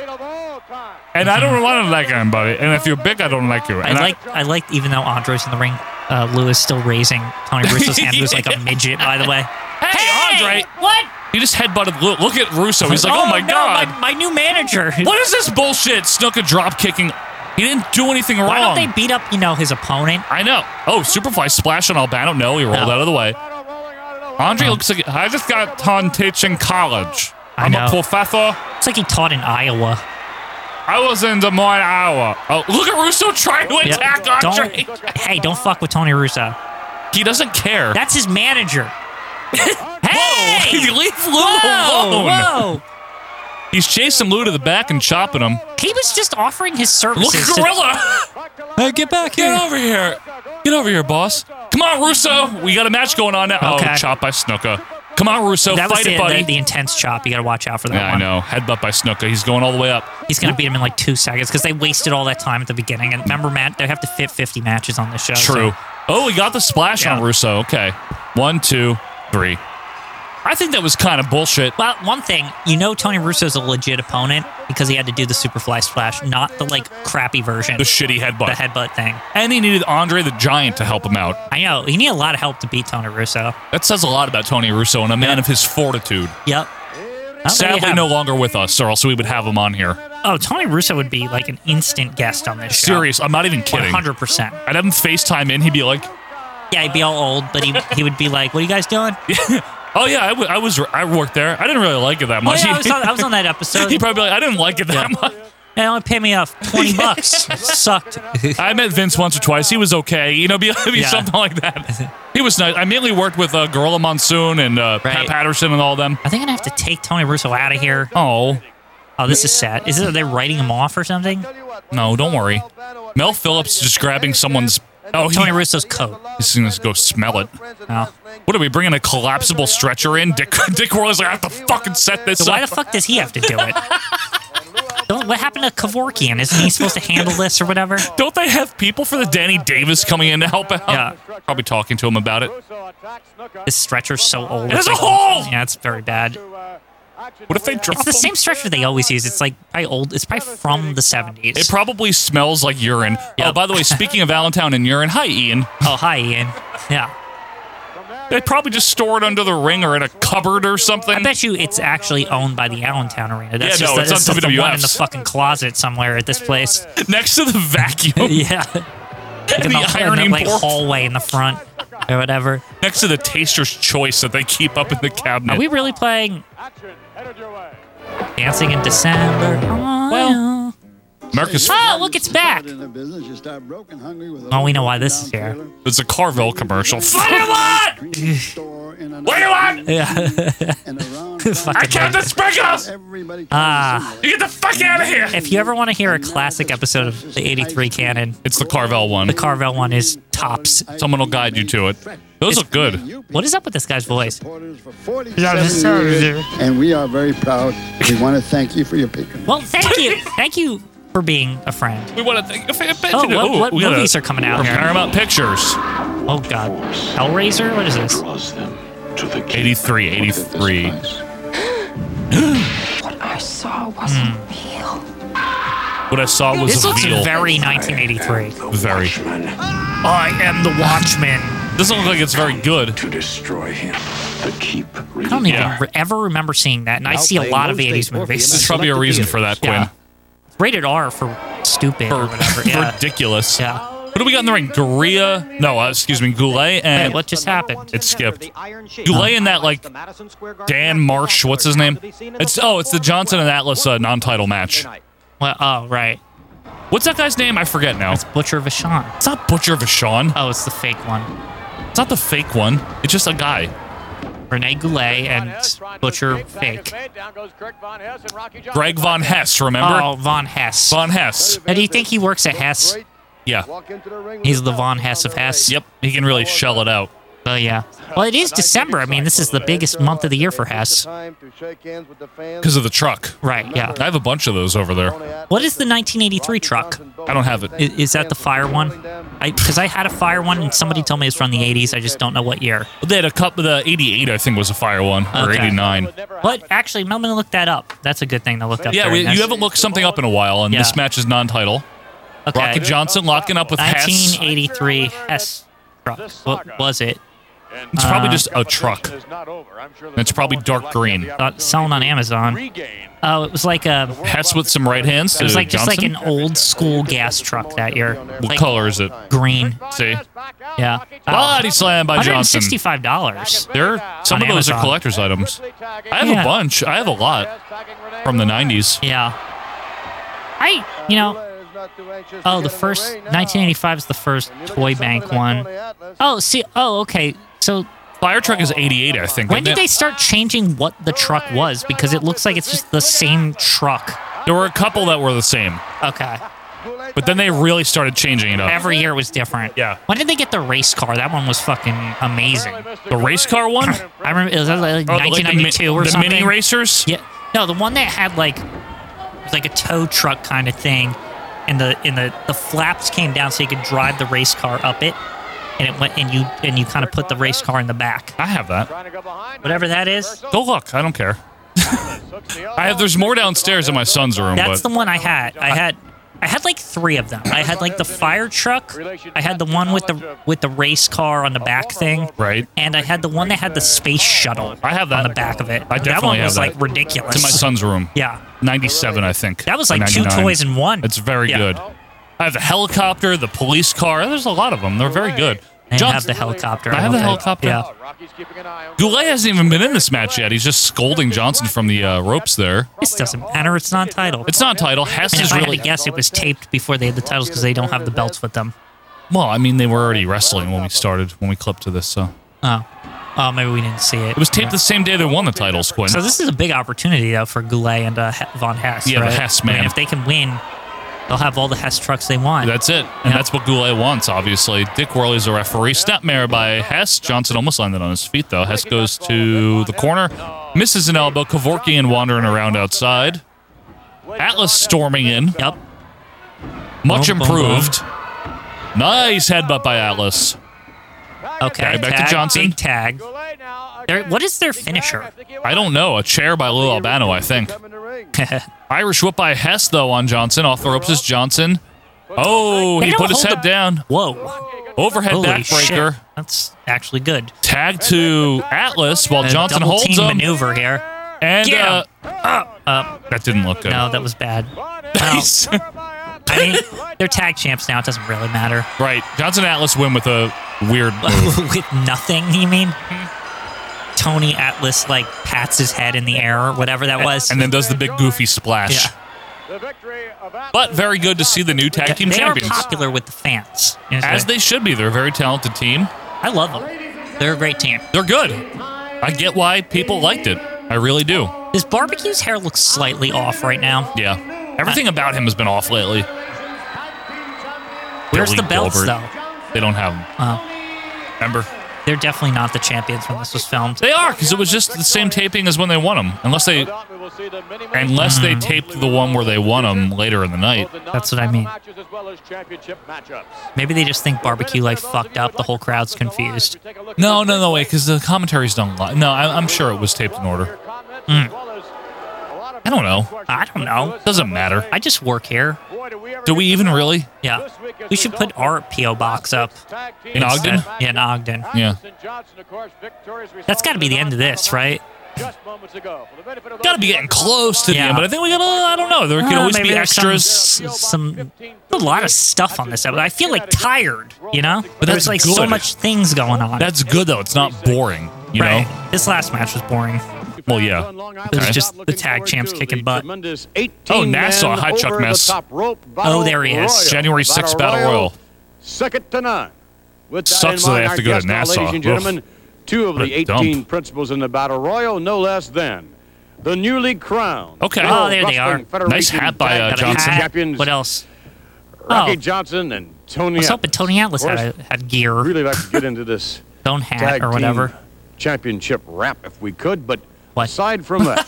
S1: and I don't want to like anybody. And if you're big, I don't like you.
S2: I
S1: And
S2: like I like even though Andre's in the ring, uh, Lou is still raising Tony Russo's hand, who's
S1: <laughs>
S2: like a midget, by the way.
S1: Hey, Andre!
S2: What?
S1: He just headbutted. Look, look at Russo. He's like, oh, my
S2: no,
S1: god.
S2: my, my new manager.
S1: what is this bullshit? Snuka drop kicking. He didn't do anything wrong.
S2: Why don't they beat up you know his opponent?
S1: I know. Oh, Superfly splash on Albano. No, he rolled
S2: No.
S1: out of the way. Andre looks like I just got done teaching college.
S2: I
S1: I'm a
S2: know.
S1: professor.
S2: It's like he taught in Iowa.
S1: I was in Des Moines, Iowa. Oh, look at Russo trying to
S2: Yeah.
S1: attack
S2: Don't,
S1: Andre.
S2: hey, don't fuck with Tony Russo.
S1: He doesn't care.
S2: That's his
S1: <laughs>
S2: manager.
S1: Whoa!
S2: hey!
S1: Leave Lou
S2: Whoa,
S1: alone.
S2: whoa!
S1: He's chasing Lou to the back and chopping him.
S2: He was just offering his
S1: Look at
S2: services. to-
S1: Gorilla.
S2: Hey, get back
S1: Get over here. Get over here, boss. Come on, Russo. We got a match going on now.
S2: Okay.
S1: Oh, chop by Snuka. Come on, Russo.
S2: that was
S1: Fight
S2: the,
S1: it, buddy.
S2: the, the intense chop. You gotta watch out for that
S1: yeah, I
S2: one.
S1: know. Headbutt by Snuka. He's going all the way up.
S2: He's gonna beat him in like two seconds because they wasted all that time at the beginning. And remember, Matt, they have to fit 50 matches on this show. so-
S1: True. Oh, he got the splash on
S2: Yeah.
S1: Russo. Okay. One, two, three. I think that was kind of bullshit.
S2: Well, one thing, you know Tony Russo's a legit opponent because he had to do the Superfly Splash, not the like crappy version.
S1: The
S2: the
S1: shitty headbutt.
S2: headbutt thing.
S1: and he needed Andre the Giant to help him out.
S2: I know. He needed a lot of help to beat Tony Russo.
S1: That says a lot about Tony Russo and a man of his fortitude.
S2: Yep. Oh, there you
S1: Sadly,
S2: have
S1: no
S2: it.
S1: longer with us, or else we would have him on here.
S2: Oh, Tony Russo would be like an instant guest on this show.
S1: Serious. I'm not even kidding.
S2: 100%.
S1: I'd have him FaceTime in. He'd be like,
S2: Yeah, he'd be all old, but he, he would be like, What are you guys doing?
S1: "Oh yeah, I, w- I was I worked there. I didn't really like it that
S2: Oh,
S1: much." <laughs>
S2: yeah, I, was on, I was on that episode.
S1: He'd probably be like, "I didn't like it
S2: <laughs>
S1: that much."
S2: They only paid me off
S1: <laughs>
S2: 20 bucks. Sucked.
S1: I met Vince once or twice. He was okay. You know, be, <laughs> be
S2: Yeah.
S1: something like that.
S2: <laughs>
S1: He was nice. I mainly worked with uh, Gorilla Monsoon and uh, Pat
S2: Right.
S1: Patterson and all them.
S2: Are they going to have to take Tony Russo out of here?
S1: Oh,
S2: Oh, this is sad. Is it, are they writing him off or something?
S1: no, don't worry. Mel Phillips just grabbing someone's. Oh, he,
S2: Tony Russo's coat.
S1: He's gonna go smell it.
S2: Oh.
S5: <laughs>
S1: What are we bringing a collapsible stretcher in? Dick <laughs> Dick Roy's like, I have to fucking set this
S2: So why the
S1: up.
S2: fuck does he have to do
S1: <laughs>
S2: it? Don't- what happened to Kevorkian? Isn't he supposed to handle this or whatever?
S1: Don't they have people for the Danny Davis coming in to help out?
S2: Yeah.
S1: Probably talking to him about it.
S2: This stretcher's so old.
S1: There's
S2: It's
S1: a
S2: like-
S1: hole!
S2: Yeah, it's very bad.
S1: What if they drop
S2: It's the
S1: him?
S2: same stretcher they always use. It's like probably old. It's probably from the 70s.
S1: It probably smells like urine.
S2: Yeah.
S1: Oh, by the way, speaking of Allentown and urine, hi Ian.
S2: oh, hi, Ian. Yeah.
S1: They probably just store it under the ring or in a cupboard or something.
S2: I bet you it's actually owned by the Allentown Arena. That's
S1: Yeah,
S2: just
S1: no,
S2: the,
S1: it's
S2: that's
S1: on
S2: just the one in the
S1: WWF's.
S2: fucking closet somewhere at this place.
S1: Next to the <laughs>
S2: <laughs>
S1: vacuum, <laughs>
S2: yeah. Like in
S1: the
S2: the, in the,
S1: ironing
S2: like,
S1: board.
S2: hallway in the front or whatever.
S1: next to the taster's choice that they keep up in the cabinet.
S2: Are we really playing Dancing in December? Oh,
S1: Well, Marcus,
S2: Oh, look, it's back.
S5: Oh,
S2: Oh, we know why this is here.
S1: <laughs> it's a Carvel commercial.
S2: What do you want?
S5: What do you want?
S2: Yeah.
S1: I
S2: <laughs> Fucking
S1: can't
S2: love it.
S1: disrespect us!
S5: Ah.
S1: You get the fuck out of here!
S2: If you ever want to hear a classic episode of the 83 canon,
S1: It's the Carvel one.
S2: the Carvel one is tops.
S1: Someone will guide you to it. Those look good.
S2: What is up with this guy's voice?
S5: And we are very proud. We want to thank you for your patronage.
S2: Well, thank you. Thank you for being a friend.
S1: We want to thank you for your
S2: Oh,
S1: attention.
S2: what,
S1: Ooh,
S2: what
S1: we gotta-
S2: movies are coming out here?
S1: Paramount Pictures.
S2: Oh, God. Hellraiser? What is this?
S10: Draws them to the
S1: 83, 83.
S11: I saw wasn't real.
S1: Hmm. What I saw was
S2: This
S1: a
S2: looks
S1: veal.
S2: very 1983.
S1: Very.
S2: I am the Watchman.
S1: Doesn't look like it's very good.
S10: To destroy him, to keep.
S2: I don't even
S1: Yeah.
S2: re- ever remember seeing that, and I see a lot of 80s
S1: There's
S2: movies.
S1: probably a reason for that,
S2: <laughs>
S1: Quinn.
S2: Yeah. Rated R for stupid or whatever. Yeah.
S1: Ridiculous.
S2: yeah.
S1: What do we got in the ring? Gorilla. No, uh, excuse me, Goulet
S2: Hey,
S1: and
S2: what just happened?
S1: It skipped.
S8: You
S1: lay in that, like, Dan Marsh. What's his name? It's oh, it's the Johnson and Atlas uh, non-title match.
S2: Well, oh, right.
S1: What's that guy's name? I forget now.
S2: It's Butcher Vachon.
S1: It's not Butcher Vachon.
S2: Oh, it's the fake one.
S1: It's not the fake one. It's just a guy.
S2: Rene Goulet and Butcher Fake.
S1: Greg Von Hess. Remember?
S2: Oh, Von Hess.
S1: Von Hess.
S2: Now, do you think he works at Hess?
S1: Yeah.
S2: He's the Von Hess of Hess.
S1: Yep. He can really shell it out.
S2: So yeah. Well, it is December. I mean, this is the biggest month of the year for Hess.
S1: Because of the truck.
S2: Right, yeah.
S1: I have a bunch of those over there.
S2: What is the 1983 truck?
S1: I don't have it.
S2: Is, is that the fire one? Because I, had a fire one, and somebody told me it's from the 80s. I just don't know what year.
S1: They had a cup the 88, I think, was a fire one, or
S2: Okay.
S1: 89.
S2: But actually, I'm going to look that up. That's a good thing to look up.
S1: Yeah,
S2: during
S1: we,
S2: this.
S1: you haven't looked something up in a while, and
S2: Yeah.
S1: this match is non title.
S2: Okay.
S1: Rocky Johnson locking up with Hess.
S2: 1983 Hess truck. What was it?
S1: It's probably
S2: Uh,
S1: just a truck. And it's probably dark green.
S2: Uh, selling on Amazon. Oh, it was like a.
S1: Hess with some right hands.
S2: It was
S1: to
S2: like just like
S1: Johnson.
S2: an old school gas truck that year.
S1: What
S2: Like
S1: color is it?
S2: Green.
S1: See?
S2: Yeah. Oh.
S1: Body slam by Johnson.
S2: Sixty-five dollars.
S1: There, some
S2: On
S1: of those are
S2: Amazon.
S1: collector's items. I have
S2: Yeah.
S1: a bunch. I have a lot from the 90s.
S2: Yeah. I, you know, oh, the first 1985 is the first Toy Bank one. Oh, see, oh, okay. So
S1: Fire truck is 88, I think.
S2: when
S1: isn't
S2: did
S1: it?
S2: they start changing what the truck was? Because it looks like it's just the same truck.
S1: There were a couple that were the same,
S2: Okay.
S1: but then they really started changing it up.
S2: Every year was different.
S1: Yeah.
S2: When did they get the race car? That one was fucking amazing.
S1: The race car one? Or
S2: <laughs> I remember it was like
S1: the- like the mi-
S2: 1992 or
S1: the
S2: something.
S1: mini racers?
S2: Yeah. No, the one that had like it was like a tow truck kind of thing, and the and the the flaps came down so you could drive the race car up it, and it went and you and you kind of put the race car in the back.
S1: I have that.
S2: Whatever that is,
S1: Go look. I don't care. I have. There's more downstairs in my son's
S7: Oh,
S1: room,
S2: that's the
S1: but
S2: one I had. I had. I had like three of them. I had like the fire truck. I had the one with the with the race car on the back thing,
S1: right.
S2: and I had the one that had the space shuttle.
S1: I have
S2: on
S1: that.
S2: the back of it.
S1: I
S2: that
S1: definitely
S2: one
S1: have
S2: was
S1: that.
S2: like ridiculous.
S1: It's in my son's room.
S2: Yeah,
S1: 97, I think.
S2: that was
S1: or
S2: like two
S1: 99.
S2: toys in one.
S1: It's very
S2: Yeah.
S1: good. I have the helicopter, the police car. There's a lot of them. They're very good.
S2: And
S1: John-
S2: have the helicopter.
S1: I have the
S2: don't think-
S1: helicopter.
S2: Yeah.
S1: Goulet hasn't even been in this match yet. He's just scolding Johnson from the uh, ropes there.
S2: This doesn't matter. It's not titled.
S1: It's not title. Hess
S2: And
S1: is
S2: if I
S1: really.
S2: had to guess, it was taped before they had the titles because they don't have the belts with them.
S1: Well, I mean, they were already wrestling when we started, when we clipped to this, so.
S2: Oh, oh, maybe we didn't see it.
S1: It was taped the same day they won the titles, Quinn.
S2: So this is a big opportunity though for Goulet and uh, He- Von Hess.
S1: Yeah, the
S2: right?
S1: Hess
S2: I mean,
S1: man.
S2: if they can win, they'll have all the Hess trucks they want.
S1: That's it. And that's what Goulet wants, obviously. Dick Worley's a referee. Snapmare by Hess. Johnson almost landed on his feet, though. Hess goes to the corner, misses an elbow. Kevorkian wandering around outside. Atlas storming in.
S2: yep.
S1: Much
S2: Boom, boom, boom.
S1: improved. Nice headbutt by Atlas.
S2: Okay.
S1: Okay, back to
S2: tag,
S1: Johnson.
S2: Big tag. <laughs> They're- what is their finisher?
S1: I don't know. A chair by Lou Albano, I think. Irish whip by Hess, though, on Johnson. Off the ropes is Johnson. Oh,
S2: They
S1: he
S2: don't
S1: put his
S2: hold
S1: head
S2: the-
S1: down.
S2: Whoa.
S1: Overhead
S2: Holy
S1: backbreaker.
S2: shit. That's actually good.
S1: Tag to Atlas while
S2: A
S1: Johnson
S2: double
S1: holds
S2: team
S1: him.
S2: maneuver here.
S1: And
S2: Get
S1: uh,
S2: him. Uh,
S1: that didn't look good.
S2: no, that was
S1: <laughs>
S2: bad.
S1: Nice.
S2: I mean, they're tag champs now. It doesn't really matter.
S1: right. Johnson Atlas win with a
S2: <laughs>
S1: weird move.
S2: With nothing, you mean? Tony Atlas like pats his head in the air or whatever that was.
S1: and then does the big goofy splash.
S2: Yeah.
S1: But very good to see the new tag team
S2: they
S1: champions.
S2: are popular with the fans. You know,
S1: As
S2: so-
S1: they should be. They're a very talented team.
S2: I love them. They're a great team.
S1: They're good. I get why people liked it. I really do.
S2: His barbecue's hair looks slightly off right now.
S1: Yeah. Everything about him has been off lately.
S2: Where's
S1: Billy
S2: the belts
S1: Gilbert.
S2: though?
S1: They don't have them.
S2: Oh,
S1: Remember?
S2: they're definitely not the champions when this was filmed.
S1: They are, because it was just the same taping as when they won them. Unless they unless
S2: Mm.
S1: they taped the one where they won them later in the night.
S2: That's what I mean. Maybe they just think barbecue like fucked up. The whole crowd's confused.
S1: No, no, no, wait, because the commentaries don't lie. No, I, I'm sure it was taped in order. I don't know.
S2: I don't know.
S1: Doesn't matter.
S2: I just work here.
S1: Do we even really?
S2: Yeah. We should put our PO box up.
S1: In Ogden?
S2: instead. Yeah, in Ogden.
S1: Yeah.
S2: That's got to be the end of this, right?
S1: Got to be getting close to the
S2: Yeah.
S1: end, but I think we got to, I don't know. There can
S2: Uh,
S1: always be
S2: maybe there's some-
S1: extras.
S2: s- Some, a lot of stuff on this episode. I feel like tired, you know?
S1: But
S2: there's
S1: that's
S2: like so
S1: good.
S2: much things going on.
S1: That's good, though. It's not boring, you
S2: right.
S1: know?
S2: This last match was boring.
S1: Well, yeah.
S2: It was
S1: Okay.
S2: just the tag champs kicking butt.
S1: Oh, Nassau, hi, Chuck Mess.
S2: Oh, there he is.
S1: January 6th Battle Royal.
S7: Second to none. With that
S1: Sucks that
S7: in
S1: they
S7: mind,
S1: have
S7: our
S1: to go to
S7: guest now,
S1: Nassau.
S7: Ladies and
S1: Ugh.
S7: gentlemen, two of
S1: What
S7: the
S1: a dump.
S7: 18 principals in the Battle Royal, no less than the newly crowned.
S1: Okay.
S2: Oh, there they
S7: Wrestling
S2: are.
S7: Federation
S1: Nice hat by,
S7: Tag
S1: uh,
S7: Team
S2: Got a
S1: Johnson.
S2: hat.
S7: Champions
S2: What else?
S7: Rocky
S2: Oh.
S7: Johnson and
S2: I was
S7: Tony. Atlas.
S2: hoping Tony Atlas had, a, had gear.
S7: Really like to get into this
S2: Own hat
S7: tag
S2: or
S7: team
S2: whatever.
S7: championship wrap if we could, but aside
S2: <laughs>
S7: from that,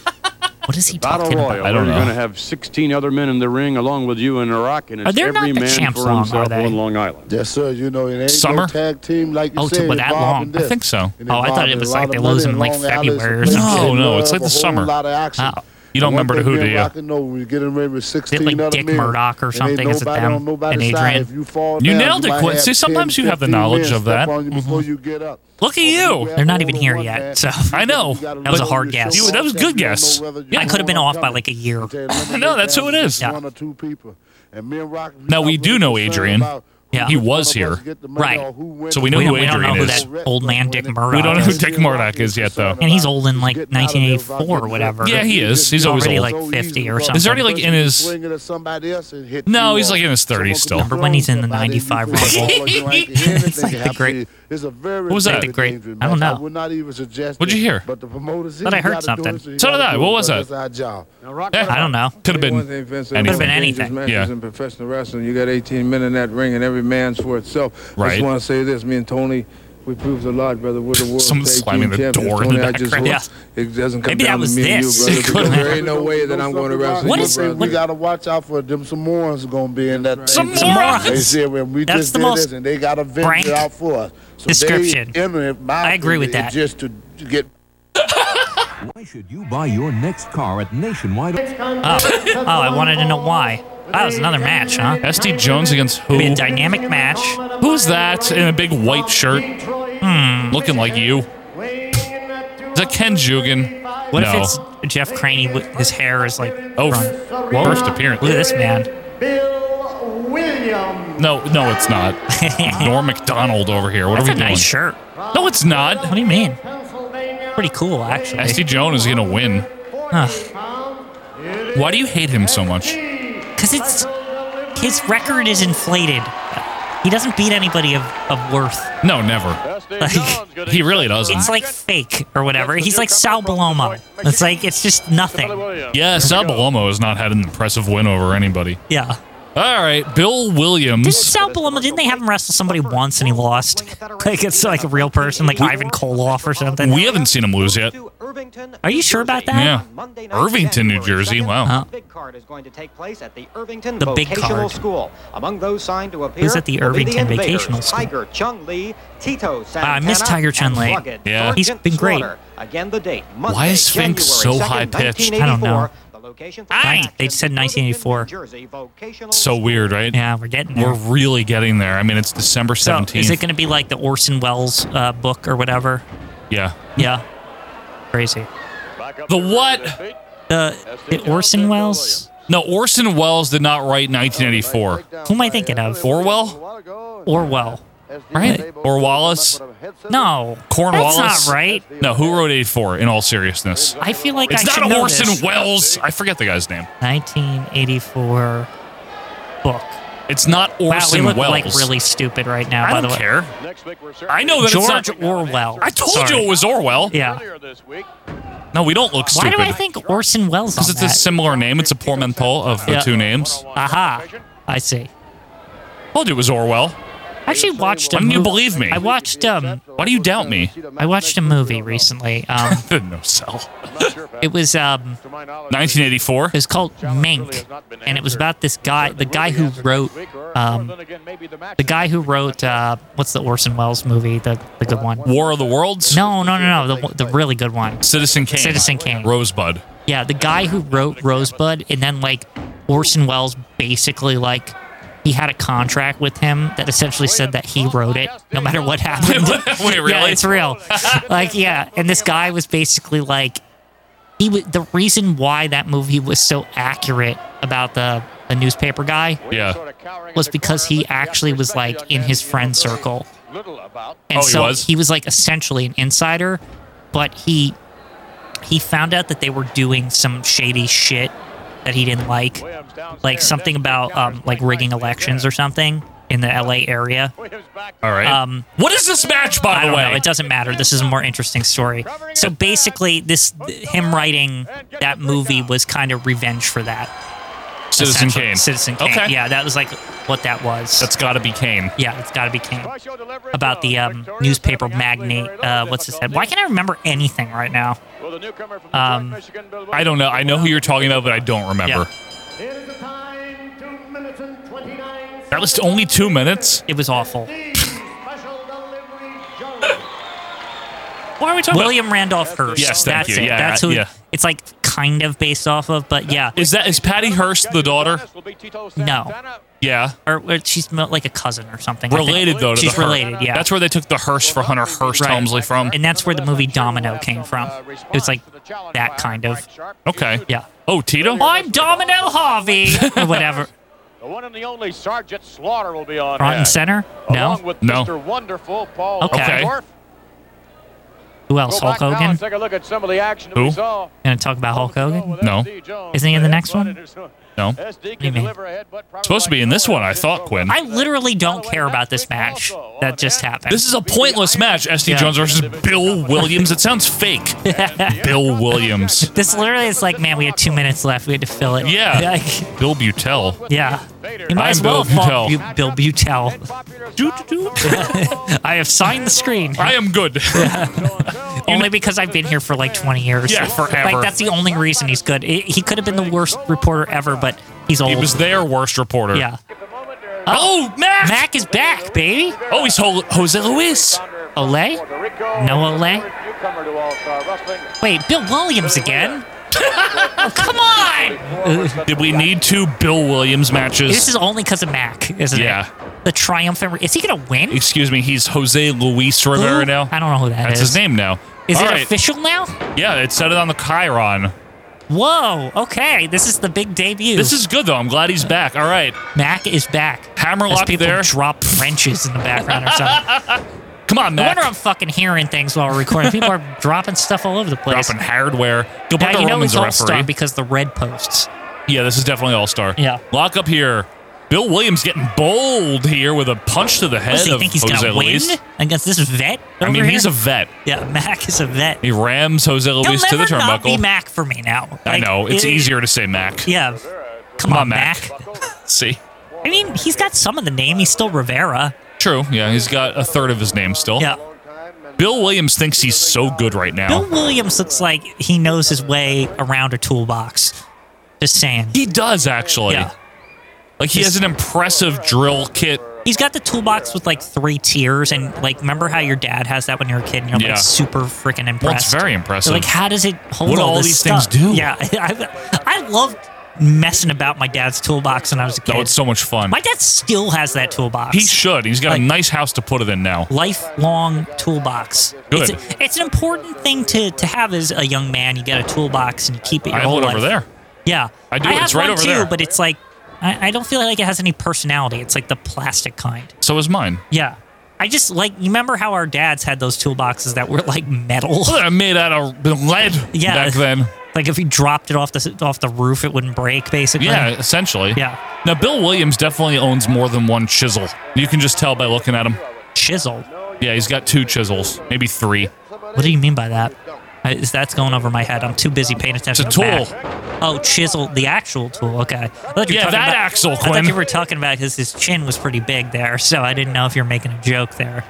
S2: what is he
S7: battle
S2: talking
S7: royal?
S2: about? I don't
S7: we're
S2: know.
S7: going to have 16 other men in the ring along with you in Iraq, and it's
S2: Are there not
S7: every
S2: the
S7: man
S2: champs
S7: for
S2: long,
S7: himself
S2: are they?
S7: on Long Island.
S5: Yes, sir. You know it ain't
S2: Summer?
S5: no tag team like you
S2: Oh,
S5: said.
S2: to but that
S5: involving
S2: long? I
S5: this.
S2: think so.
S5: It
S2: Oh, I thought it
S5: involving
S2: was
S5: a
S2: like
S5: lot
S2: they
S5: of
S2: lose
S5: money
S2: in like
S5: and long hours of
S2: February or
S5: friendship,
S2: something.
S1: No, no, it's like
S5: love,
S1: the
S5: a whole
S1: summer.
S5: lot of action.
S1: Oh, you don't
S5: And one
S1: remember
S5: thing
S1: who,
S5: me
S1: do
S5: and
S1: you?
S5: Rockin' know, we're getting ready with 16
S1: like,
S5: other
S1: Dick
S5: men.
S1: Murdoch or
S5: And ain't
S1: something? Is it
S5: nobody
S1: them?
S5: on nobody's
S1: And
S5: side.
S1: Adrian?
S5: If you fall
S1: You
S5: down,
S1: nailed it,
S5: might
S1: Quinn.
S5: have
S1: See, sometimes
S5: 10,
S1: you have the
S5: 15
S1: knowledge
S5: men
S1: of
S5: step
S1: that.
S5: on you before you get up.
S1: Look at you.
S2: They're not even here yet, so
S1: I know.
S2: that was a hard guess.
S1: You- that was a good guess.
S2: Yeah, I could have been off by like a year.
S1: No, that's who it is.
S5: One or two people. And me and Rock
S1: Now we do know Adrian. He was here.
S2: Right.
S1: So we know
S2: we
S1: who
S2: don't, we don't know
S1: Adrian
S2: who
S1: is.
S2: that old man Dick Murdoch
S1: We don't know who
S2: is.
S1: Dick Murdoch is yet, though.
S2: And he's old in like 1984 or whatever.
S1: Yeah, he is. He's always
S2: already
S1: old.
S2: like 50 or something.
S1: He's already like in his.
S5: swing it at somebody else and hit
S1: No,
S5: you
S1: he's
S5: off.
S1: like in his 30s still.
S2: Remember when he's in the 95 Rumble? <laughs>
S5: it's
S2: like the great-
S5: It's a very
S1: What was that?
S5: very
S1: The great-
S5: dangerous
S1: I don't
S5: match.
S1: know.
S5: I would not even suggest
S1: What'd
S5: it,
S1: you hear?
S5: But the promoters
S2: Thought I heard something.
S1: So did I. What was that? Yeah.
S2: I don't know.
S1: Could have been
S12: One thing, Vince,
S1: anything.
S12: about
S2: been
S12: dangerous
S2: anything.
S12: matches
S1: Yeah.
S12: In professional wrestling, you got 18 men in that ring, and every man's for itself. I
S1: Right.
S12: just want to say this: me and Tony, we proved a lot, brother. We're the world
S1: Someone's
S12: tag team
S1: slamming the
S12: champions.
S1: door in
S12: Tony,
S1: the
S12: I just
S1: background.
S12: hope It doesn't come
S2: Maybe that
S12: down
S2: was
S12: to me
S2: this. <laughs>
S12: and you,
S1: It
S12: brother.
S1: could
S12: because
S1: have <laughs>
S12: There ain't no way that I'm going to wrestle
S2: What
S12: you,
S2: is-
S12: brother.
S5: We gotta watch out for them Samoans gonna be in that.
S1: Some
S5: thing.
S1: morons?
S5: They said when we
S2: That's
S5: just
S2: the
S5: did
S2: most
S5: this, and they got a
S2: frank
S5: venture out for us. So they
S2: description.
S5: enter it by
S2: I agree with
S5: it
S2: that.
S5: Just to get
S13: Why should you buy your next car at Nationwide?
S2: Oh, oh, I wanted to know why. That was another match, huh?
S1: SD Jones against who?
S2: Be a dynamic match.
S1: Who's that in a big white shirt? Hmm, Looking like you. Is that Ken Jugan?
S2: What
S1: no.
S2: if it's Jeff Craney? With his hair is like
S1: Oh,
S2: run.
S1: whoa. first appearance.
S2: Look at this man.
S3: Bill Williams.
S1: No, no,
S2: <laughs>
S1: it's not. Norm McDonald over here. What
S2: That's
S1: are
S2: a
S1: we doing?
S2: nice shirt.
S1: No, it's not.
S2: What do you mean? Pretty cool, actually.
S1: SD Jones is gonna win. Why do you hate him so much?
S2: Because it's his record is inflated. He doesn't beat anybody of, of worth.
S1: No, never.
S2: <laughs> Like,
S1: He really doesn't.
S2: it's like fake or whatever. He's like Sal Belomo. It's like it's just nothing.
S1: yeah, Sal Belomo has not had an impressive win over anybody.
S2: Yeah.
S1: All right, Bill
S2: Didn't
S1: Williams.
S2: Sal Belomo? Didn't they have him wrestle somebody once and he lost? <laughs> Like it's like a real person, like Ivan Koloff or something.
S1: We haven't seen him lose yet.
S8: Irvington,
S2: Are you sure about that?
S1: Yeah. Irvington, New Jersey. Wow.
S8: The big card is going to take place at the Irvington
S2: The big
S8: Vocational
S2: card.
S8: School. Among those signed to appear
S2: at the
S8: will be
S2: Irvington
S8: invaders,
S2: Vocational School? Ah,
S8: Tiger Chung Lee, Tito Santana,
S2: I miss Tiger
S8: and
S2: Chun-Li.
S8: Rugged
S1: Yeah. He's
S8: Sergeant
S2: been great.
S8: Slaughter. Again, the date. Monday,
S1: Why is Sphinx
S8: January
S1: so
S8: 2nd,
S1: high-pitched?
S2: I don't know.
S8: 1984. The location for the
S2: Aye.
S8: action,
S2: They said 1984.
S8: Irvington, New Jersey Vocational
S1: So weird, right?
S2: Yeah, we're getting there.
S1: We're really getting there. I mean, it's December
S2: so is it
S1: 17th.
S2: going to be like the Orson Welles uh, book or whatever?
S1: Yeah.
S2: Yeah. Crazy.
S1: The what?
S2: The, the Orson Welles?
S1: No, Orson Welles did not write 1984.
S2: Who am I thinking of?
S1: Orwell?
S2: Orwell.
S1: Right? Or Wallace?
S2: No.
S1: Cornwallis?
S2: That's not right.
S1: No, who wrote 84 in all seriousness?
S2: I feel like
S1: It's
S2: I should
S1: not
S2: know
S1: Orson
S2: this.
S1: Welles. I forget the guy's name.
S2: 1984 book.
S1: It's not
S2: wow, we
S1: Orson
S2: look
S1: Welles.
S2: like really stupid right now,
S1: I
S2: by
S1: don't
S2: the way.
S1: care. I know that
S2: George
S1: it's not.
S2: Orwell.
S1: I told
S2: Sorry.
S1: you it was Orwell.
S2: Yeah.
S1: No, we don't look
S2: Why
S1: stupid.
S2: do I think Orson Welles on
S1: Because it's a
S2: that?
S1: similar name. It's a portmanteau of the
S2: Yeah.
S1: two names.
S2: Aha. I see.
S1: Told you it was Orwell. <laughs>
S2: I actually watched a
S1: Why don't you
S2: mov-
S1: believe me?
S2: I watched um
S1: Why do you doubt me?
S2: I watched a movie recently. Um
S1: no cell.
S2: it was um
S1: 1984.
S2: It's called Mink, and it was about this guy, the guy who wrote, um, the guy who wrote, uh, what's the Orson Welles movie, the the good one?
S1: War of the Worlds.
S2: No, no, no, no, the, the really good one.
S1: Citizen Kane.
S2: Citizen Kane.
S1: Rosebud.
S2: Yeah, the guy who wrote Rosebud, and then like Orson Welles basically like he had a contract with him that essentially said that he wrote it, no matter
S1: <laughs>
S2: what happened.
S1: Wait, really?
S2: Yeah, it's
S1: <laughs>
S2: real. like, yeah, and this guy was basically like, he was the reason why that movie was so accurate about the the newspaper guy
S1: Yeah.
S2: was because he actually was like in his friend circle. And
S1: Oh, he
S2: so
S1: was?
S2: like essentially an insider, but he he found out that they were doing some shady shit that he didn't like, like something about um, like rigging elections or something in the L.A. area.
S1: All right.
S2: Um,
S1: what is this match,
S2: I
S1: by
S2: don't
S1: the way?
S2: know. It doesn't matter. This is a more interesting story. So basically, this him writing that movie was kind of revenge for that.
S1: Citizen
S2: essentially.
S1: Kane.
S2: Citizen Kane.
S1: Okay.
S2: Yeah, that was like what that was.
S1: That's got to be Kane.
S2: Yeah, it's got to be Kane. About the um, newspaper magnate. Uh, what's his head? Why can't I remember anything right now? Um,
S1: I don't know. I know who you're talking about, but I don't remember. That was only two minutes.
S2: It was awful.
S1: Why are we talking
S2: William Randolph Hearst.
S1: Yes, thank
S2: that's
S1: you.
S2: it.
S1: Yeah,
S2: that's who.
S1: yeah.
S2: It's like kind of based off of, but yeah.
S1: Is that is Patty Hearst the daughter?
S2: No,
S1: Yeah.
S2: or, or she's mo- like a cousin or something. I think.
S1: Related though to
S2: she's
S1: the Hearst.
S2: related. Yeah,
S1: That's where they took the Hearst for Hunter Hearst
S2: Right.
S1: Helmsley from.
S2: and that's where the movie Domino came from. It was like that kind of.
S1: Okay.
S2: Yeah.
S1: Oh, Tito.
S2: I'm Domino
S1: <laughs>
S2: Harvey or whatever.
S7: The one and the only Sergeant Slaughter will be on.
S2: Front and
S7: hand,
S2: center?
S7: Along
S2: No.
S7: with
S2: No.
S7: Mr. Wonderful Paul
S2: Okay.
S7: Orndorff.
S2: Who else?
S7: Go
S2: Hulk
S7: back now
S2: Hogan.
S7: and Take a look at some of the action that
S2: Who?
S7: we saw.
S2: Gonna talk about Hulk Hogan?
S1: No.
S2: Isn't he in the next one?
S1: No.
S7: <laughs>
S2: What do you mean?
S1: Supposed to be in this one, I thought, Quinn.
S2: I literally don't care about this match that just happened.
S1: This is a pointless match. SD
S2: Yeah.
S1: Jones versus Bill Williams. It sounds
S2: <laughs>
S1: fake. Bill Williams.
S2: This literally is like, man, we had two minutes left. We had to fill it.
S1: Yeah.
S2: <laughs> Like,
S1: Bill Butel.
S2: yeah. You might
S1: I'm
S2: as well
S1: Bill
S2: Bill
S1: Butel.
S2: Bill Butel. <laughs> I have signed the screen.
S1: I am
S2: <laughs>
S1: good.
S2: only because I've been here for like 20 years.
S1: Yeah, forever.
S2: Like that's the only reason he's good. I- he could have been the worst reporter ever, but he's old.
S1: He was their worst reporter.
S2: Yeah. Oh, Mac! Mac is back, baby.
S1: Oh, he's Ho- Jose Luis.
S2: Ole? No Ole? Wait, Bill Williams again? <laughs> oh, come on!
S1: Did we need two Bill Williams matches?
S2: This is only because of Mac, isn't
S1: yeah.
S2: it? The triumphant. Re- is he gonna win?
S1: Excuse me. He's Jose Luis Rivera
S2: Who?
S1: now.
S2: I don't know who that
S1: That's
S2: is.
S1: his name now.
S2: Is
S1: All
S2: it
S1: right.
S2: official now?
S1: Yeah, it said it on the Chiron.
S2: Whoa! Okay, this is the big debut.
S1: This is good though. I'm glad he's back. All right.
S2: Mac is back. As
S1: Hammerlock
S2: people
S1: there.
S2: drop wrenches in the
S1: <laughs>
S2: background or something.
S1: Come on,
S2: No
S1: Mac.
S2: wonder I'm fucking hearing things while we're recording. People
S1: <laughs>
S2: are dropping stuff all over the place.
S1: Dropping hardware. Gilberto
S2: now you know
S1: Roman's
S2: it's
S1: a
S2: all star
S1: referee.
S2: because the red posts.
S1: Yeah, this is definitely All Star.
S2: Yeah.
S1: Lock up here. Bill Williams getting bold here with a punch to the head
S2: Does he
S1: of
S2: think he's
S1: Jose
S2: gonna win
S1: Luis.
S2: against this vet?
S1: I mean,
S2: over
S1: he's a
S2: here?
S1: vet.
S2: yeah. Mac is a vet.
S1: He rams Jose
S2: He'll
S1: Luis to
S2: never
S1: the
S2: not be
S1: turnbuckle.
S2: Mac for me now.
S1: I
S2: Like,
S1: know. It's
S2: it-
S1: easier to say Mac.
S2: Yeah. Come on, Mac.
S1: See?
S2: I mean, he's got some of the name. He's still Rivera.
S1: True. Yeah, he's got a third of his name still.
S2: Yeah.
S1: Bill Williams thinks he's so good right now.
S2: Bill Williams looks like he knows his way around a toolbox. Just saying.
S1: he does actually.
S2: Yeah.
S1: Like he has an impressive drill kit.
S2: He's got the toolbox with like three tiers, and like, remember how your dad has that when you're a kid, and you're
S1: Yeah.
S2: like super freaking impressed.
S1: Well, it's very impressive.
S2: You're like, how does it hold
S1: What do
S2: all,
S1: all
S2: this
S1: these things
S2: stuff?
S1: do?
S2: Yeah, <laughs> I, I loved messing about my dad's toolbox when I was a kid.
S1: Oh, it's so much fun.
S2: my dad still has that toolbox.
S1: He should. He's got a nice house to put it in now.
S2: lifelong toolbox.
S1: Good.
S2: It's, it's an important thing to, to have as a young man. You get a toolbox and you keep it your
S1: I have
S2: whole
S1: one
S2: life.
S1: over there.
S2: Yeah,
S1: I do.
S2: have
S1: It's right
S2: one
S1: over
S2: too,
S1: there.
S2: But it's like I, I don't feel like it has any personality. It's like the plastic kind.
S1: So is mine.
S2: Yeah. I just like you remember how our dads had those toolboxes that were like
S1: <laughs>
S2: metal.
S1: Well, they're made out of lead
S2: Yeah.
S1: back then.
S2: Like if you dropped it off the off the roof, it wouldn't break. Basically,
S1: Yeah, essentially.
S2: Yeah.
S1: Now Bill Williams definitely owns more than one chisel. You can just tell by looking at him.
S2: Chisel.
S1: Yeah, he's got two chisels, maybe three.
S2: What do you mean by that? I, is that's going over my head? I'm too busy paying attention.
S1: It's a
S2: to
S1: tool.
S2: Mac. Oh, chisel, the actual tool. Okay. I thought you were
S1: Yeah,
S2: talking
S1: that
S2: about-
S1: axle,
S2: I
S1: Quinn.
S2: thought you were talking about his his chin was pretty big there, so I didn't know if you're making a joke there.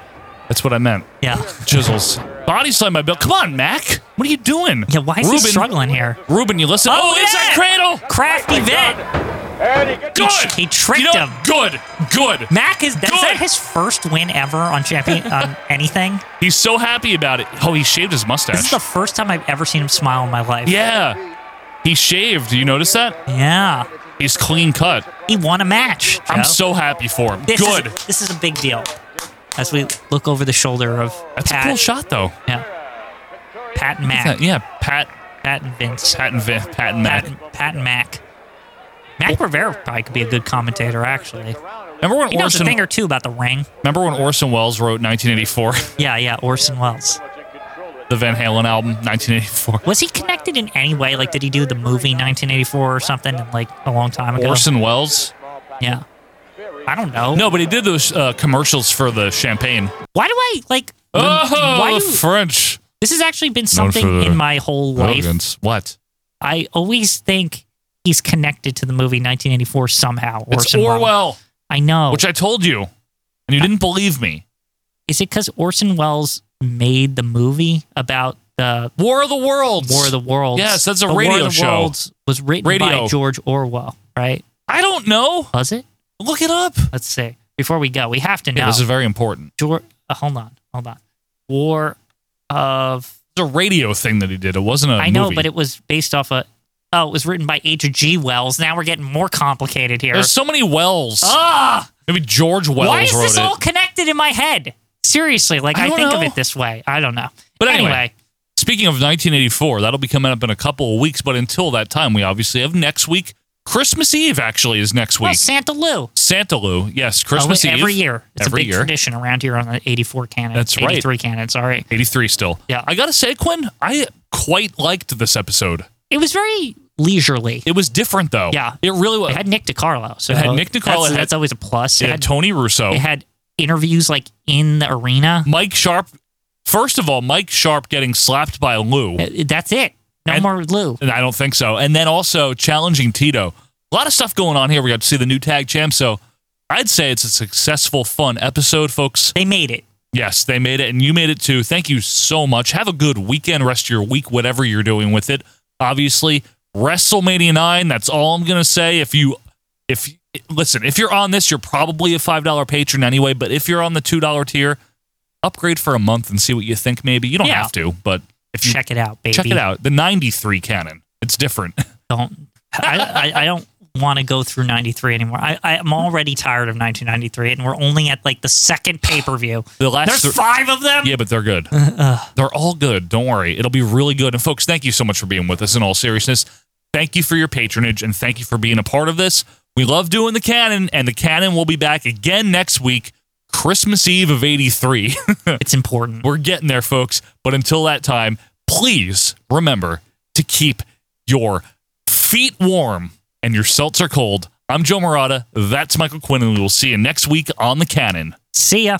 S1: That's what I meant.
S2: Yeah.
S1: Chisels. Body slam by Bill. Come on, Mac. What are you doing?
S2: Yeah, why is he struggling here?
S1: Ruben, you listen. Oh, it's
S2: yeah!
S1: a cradle.
S2: Crafty vet. He,
S1: Oh Good.
S2: he tricked
S1: You know,
S2: him.
S1: Good. Good.
S2: Mac is that's
S1: Good.
S2: that his first win ever on
S1: <laughs>
S2: champion on anything.
S1: He's so happy about it. Oh, he shaved his
S2: This
S1: mustache.
S2: is the first time I've ever seen him smile in my life.
S1: yeah. He shaved. Do you notice that?
S2: Yeah.
S1: He's clean cut.
S2: He won a match. Joe.
S1: I'm so happy for him.
S2: this
S1: Good.
S2: Is, this is a big deal. As we look over the shoulder of
S1: That's a
S2: Pat,
S1: cool shot, though.
S2: Yeah. Pat and
S1: Yeah,
S2: Mac.
S1: yeah, Pat,
S2: Pat and Vince.
S1: Pat and Vin, Pat and Mac.
S2: Pat, Pat and Mac. Mac Rivera probably could be a good commentator, actually.
S1: Remember when
S2: He knows a
S1: Orson?
S2: thing or two about the ring.
S1: Remember when Orson Welles wrote 1984,
S2: Yeah, yeah, Orson Welles.
S1: <laughs> the Van Halen album, 1984.
S2: Was he connected in any way? Like, did he do the movie 1984 or something, like a long time ago?
S1: Orson Welles.
S2: Yeah. I don't know.
S1: No, but he did those uh, commercials for the champagne.
S2: Why do I like?
S1: Oh,
S2: why
S1: the
S2: do-
S1: French
S2: this has actually been
S1: Known for
S2: something
S1: the
S2: in my whole life.
S1: elegance. What?
S2: I always think he's connected to the movie 1984 somehow.
S1: It's
S2: Orson Welles. Oh.
S1: Orwell,
S2: I know.
S1: which I told you, and you didn't believe me.
S2: Is it because Orson Welles made the movie about the
S1: War of the Worlds.
S2: War of the Worlds?
S1: Yes, that's a
S2: The War
S1: radio
S2: of the
S1: show.
S2: Worlds was written
S1: Radio.
S2: by George Orwell, right?
S1: I don't know.
S2: Was it?
S1: Look it up.
S2: Let's see. Before we go, we have to know.
S1: Yeah, this is very important.
S2: George, uh, hold on, hold on. War of
S1: It's a radio thing that he did. It wasn't a
S2: I know,
S1: movie.
S2: but it was based off a. Oh, it was written by H. G. Wells. Now we're getting more complicated here.
S1: There's so many Wells.
S2: ah,
S1: Maybe George Wells
S2: why is
S1: wrote
S2: this
S1: it.
S2: all connected in my head? Seriously, like
S1: I
S2: I,
S1: don't
S2: think of
S1: know.
S2: it this way. I don't know.
S1: But anyway. Speaking of 1984, that'll be coming up in a couple of weeks. But until that time, we obviously have next week. Christmas Eve actually is next
S2: well,
S1: week.
S2: Santa Lou.
S1: Santa Lou, yes, Christmas
S2: Oh,
S1: Eve
S2: every year. It's a
S1: every
S2: big
S1: year,
S2: tradition around here on the 84 canon.
S1: That's right.
S2: 83 canon, sorry.
S1: 83 still.
S2: Yeah.
S1: I gotta say, Quinn, I quite liked this episode.
S2: It was very leisurely.
S1: It was different though.
S2: Yeah.
S1: it really was.
S2: It had Nick DiCarlo. So
S1: It had Nick DiCarlo,
S2: That's,
S1: it had-
S2: that's always a plus.
S1: It had Tony Russo.
S2: It had interviews like in the arena.
S1: Mike Sharp. First of all, Mike Sharp getting slapped by Lou.
S2: Uh, That's it. No more Lou.
S1: Mm. And I don't think so. And then also challenging Tito. A lot of stuff going on here. We got to see the new tag champ. So I'd say it's a successful, fun episode, folks.
S2: They made it.
S1: Yes, they made it, and you made it too. Thank you so much. Have a good weekend, rest of your week, whatever you're doing with it. Obviously, WrestleMania nine. That's all I'm gonna say. If you, if listen, if you're on this, you're probably a five dollar patron anyway. But if you're on the two dollar tier, upgrade for a month and see what you think. Maybe you don't
S2: Yeah.
S1: have to, but if you
S2: Check it out, baby.
S1: check it out, the '93 canon. It's different. <laughs>
S2: Don't. I, I, I don't want to go through 93 anymore. I, I, I'm already tired of 1993, and we're only at like the second pay per view.
S1: The last
S2: There's
S1: thr-
S2: five of them.
S1: <laughs> Yeah, but they're good. they're all good. Don't worry. It'll be really good. And folks, thank you so much for being with us in all seriousness. Thank you for your patronage and thank you for being a part of this. We love doing the canon, and the canon will be back again next week, Christmas Eve of 83.
S2: It's important.
S1: <laughs> We're getting there, folks. But until that time, please remember to keep your feet warm and your seltzer cold. I'm Joe Morata. That's Michael Quinn, and we will see you next week on the canon.
S2: See ya.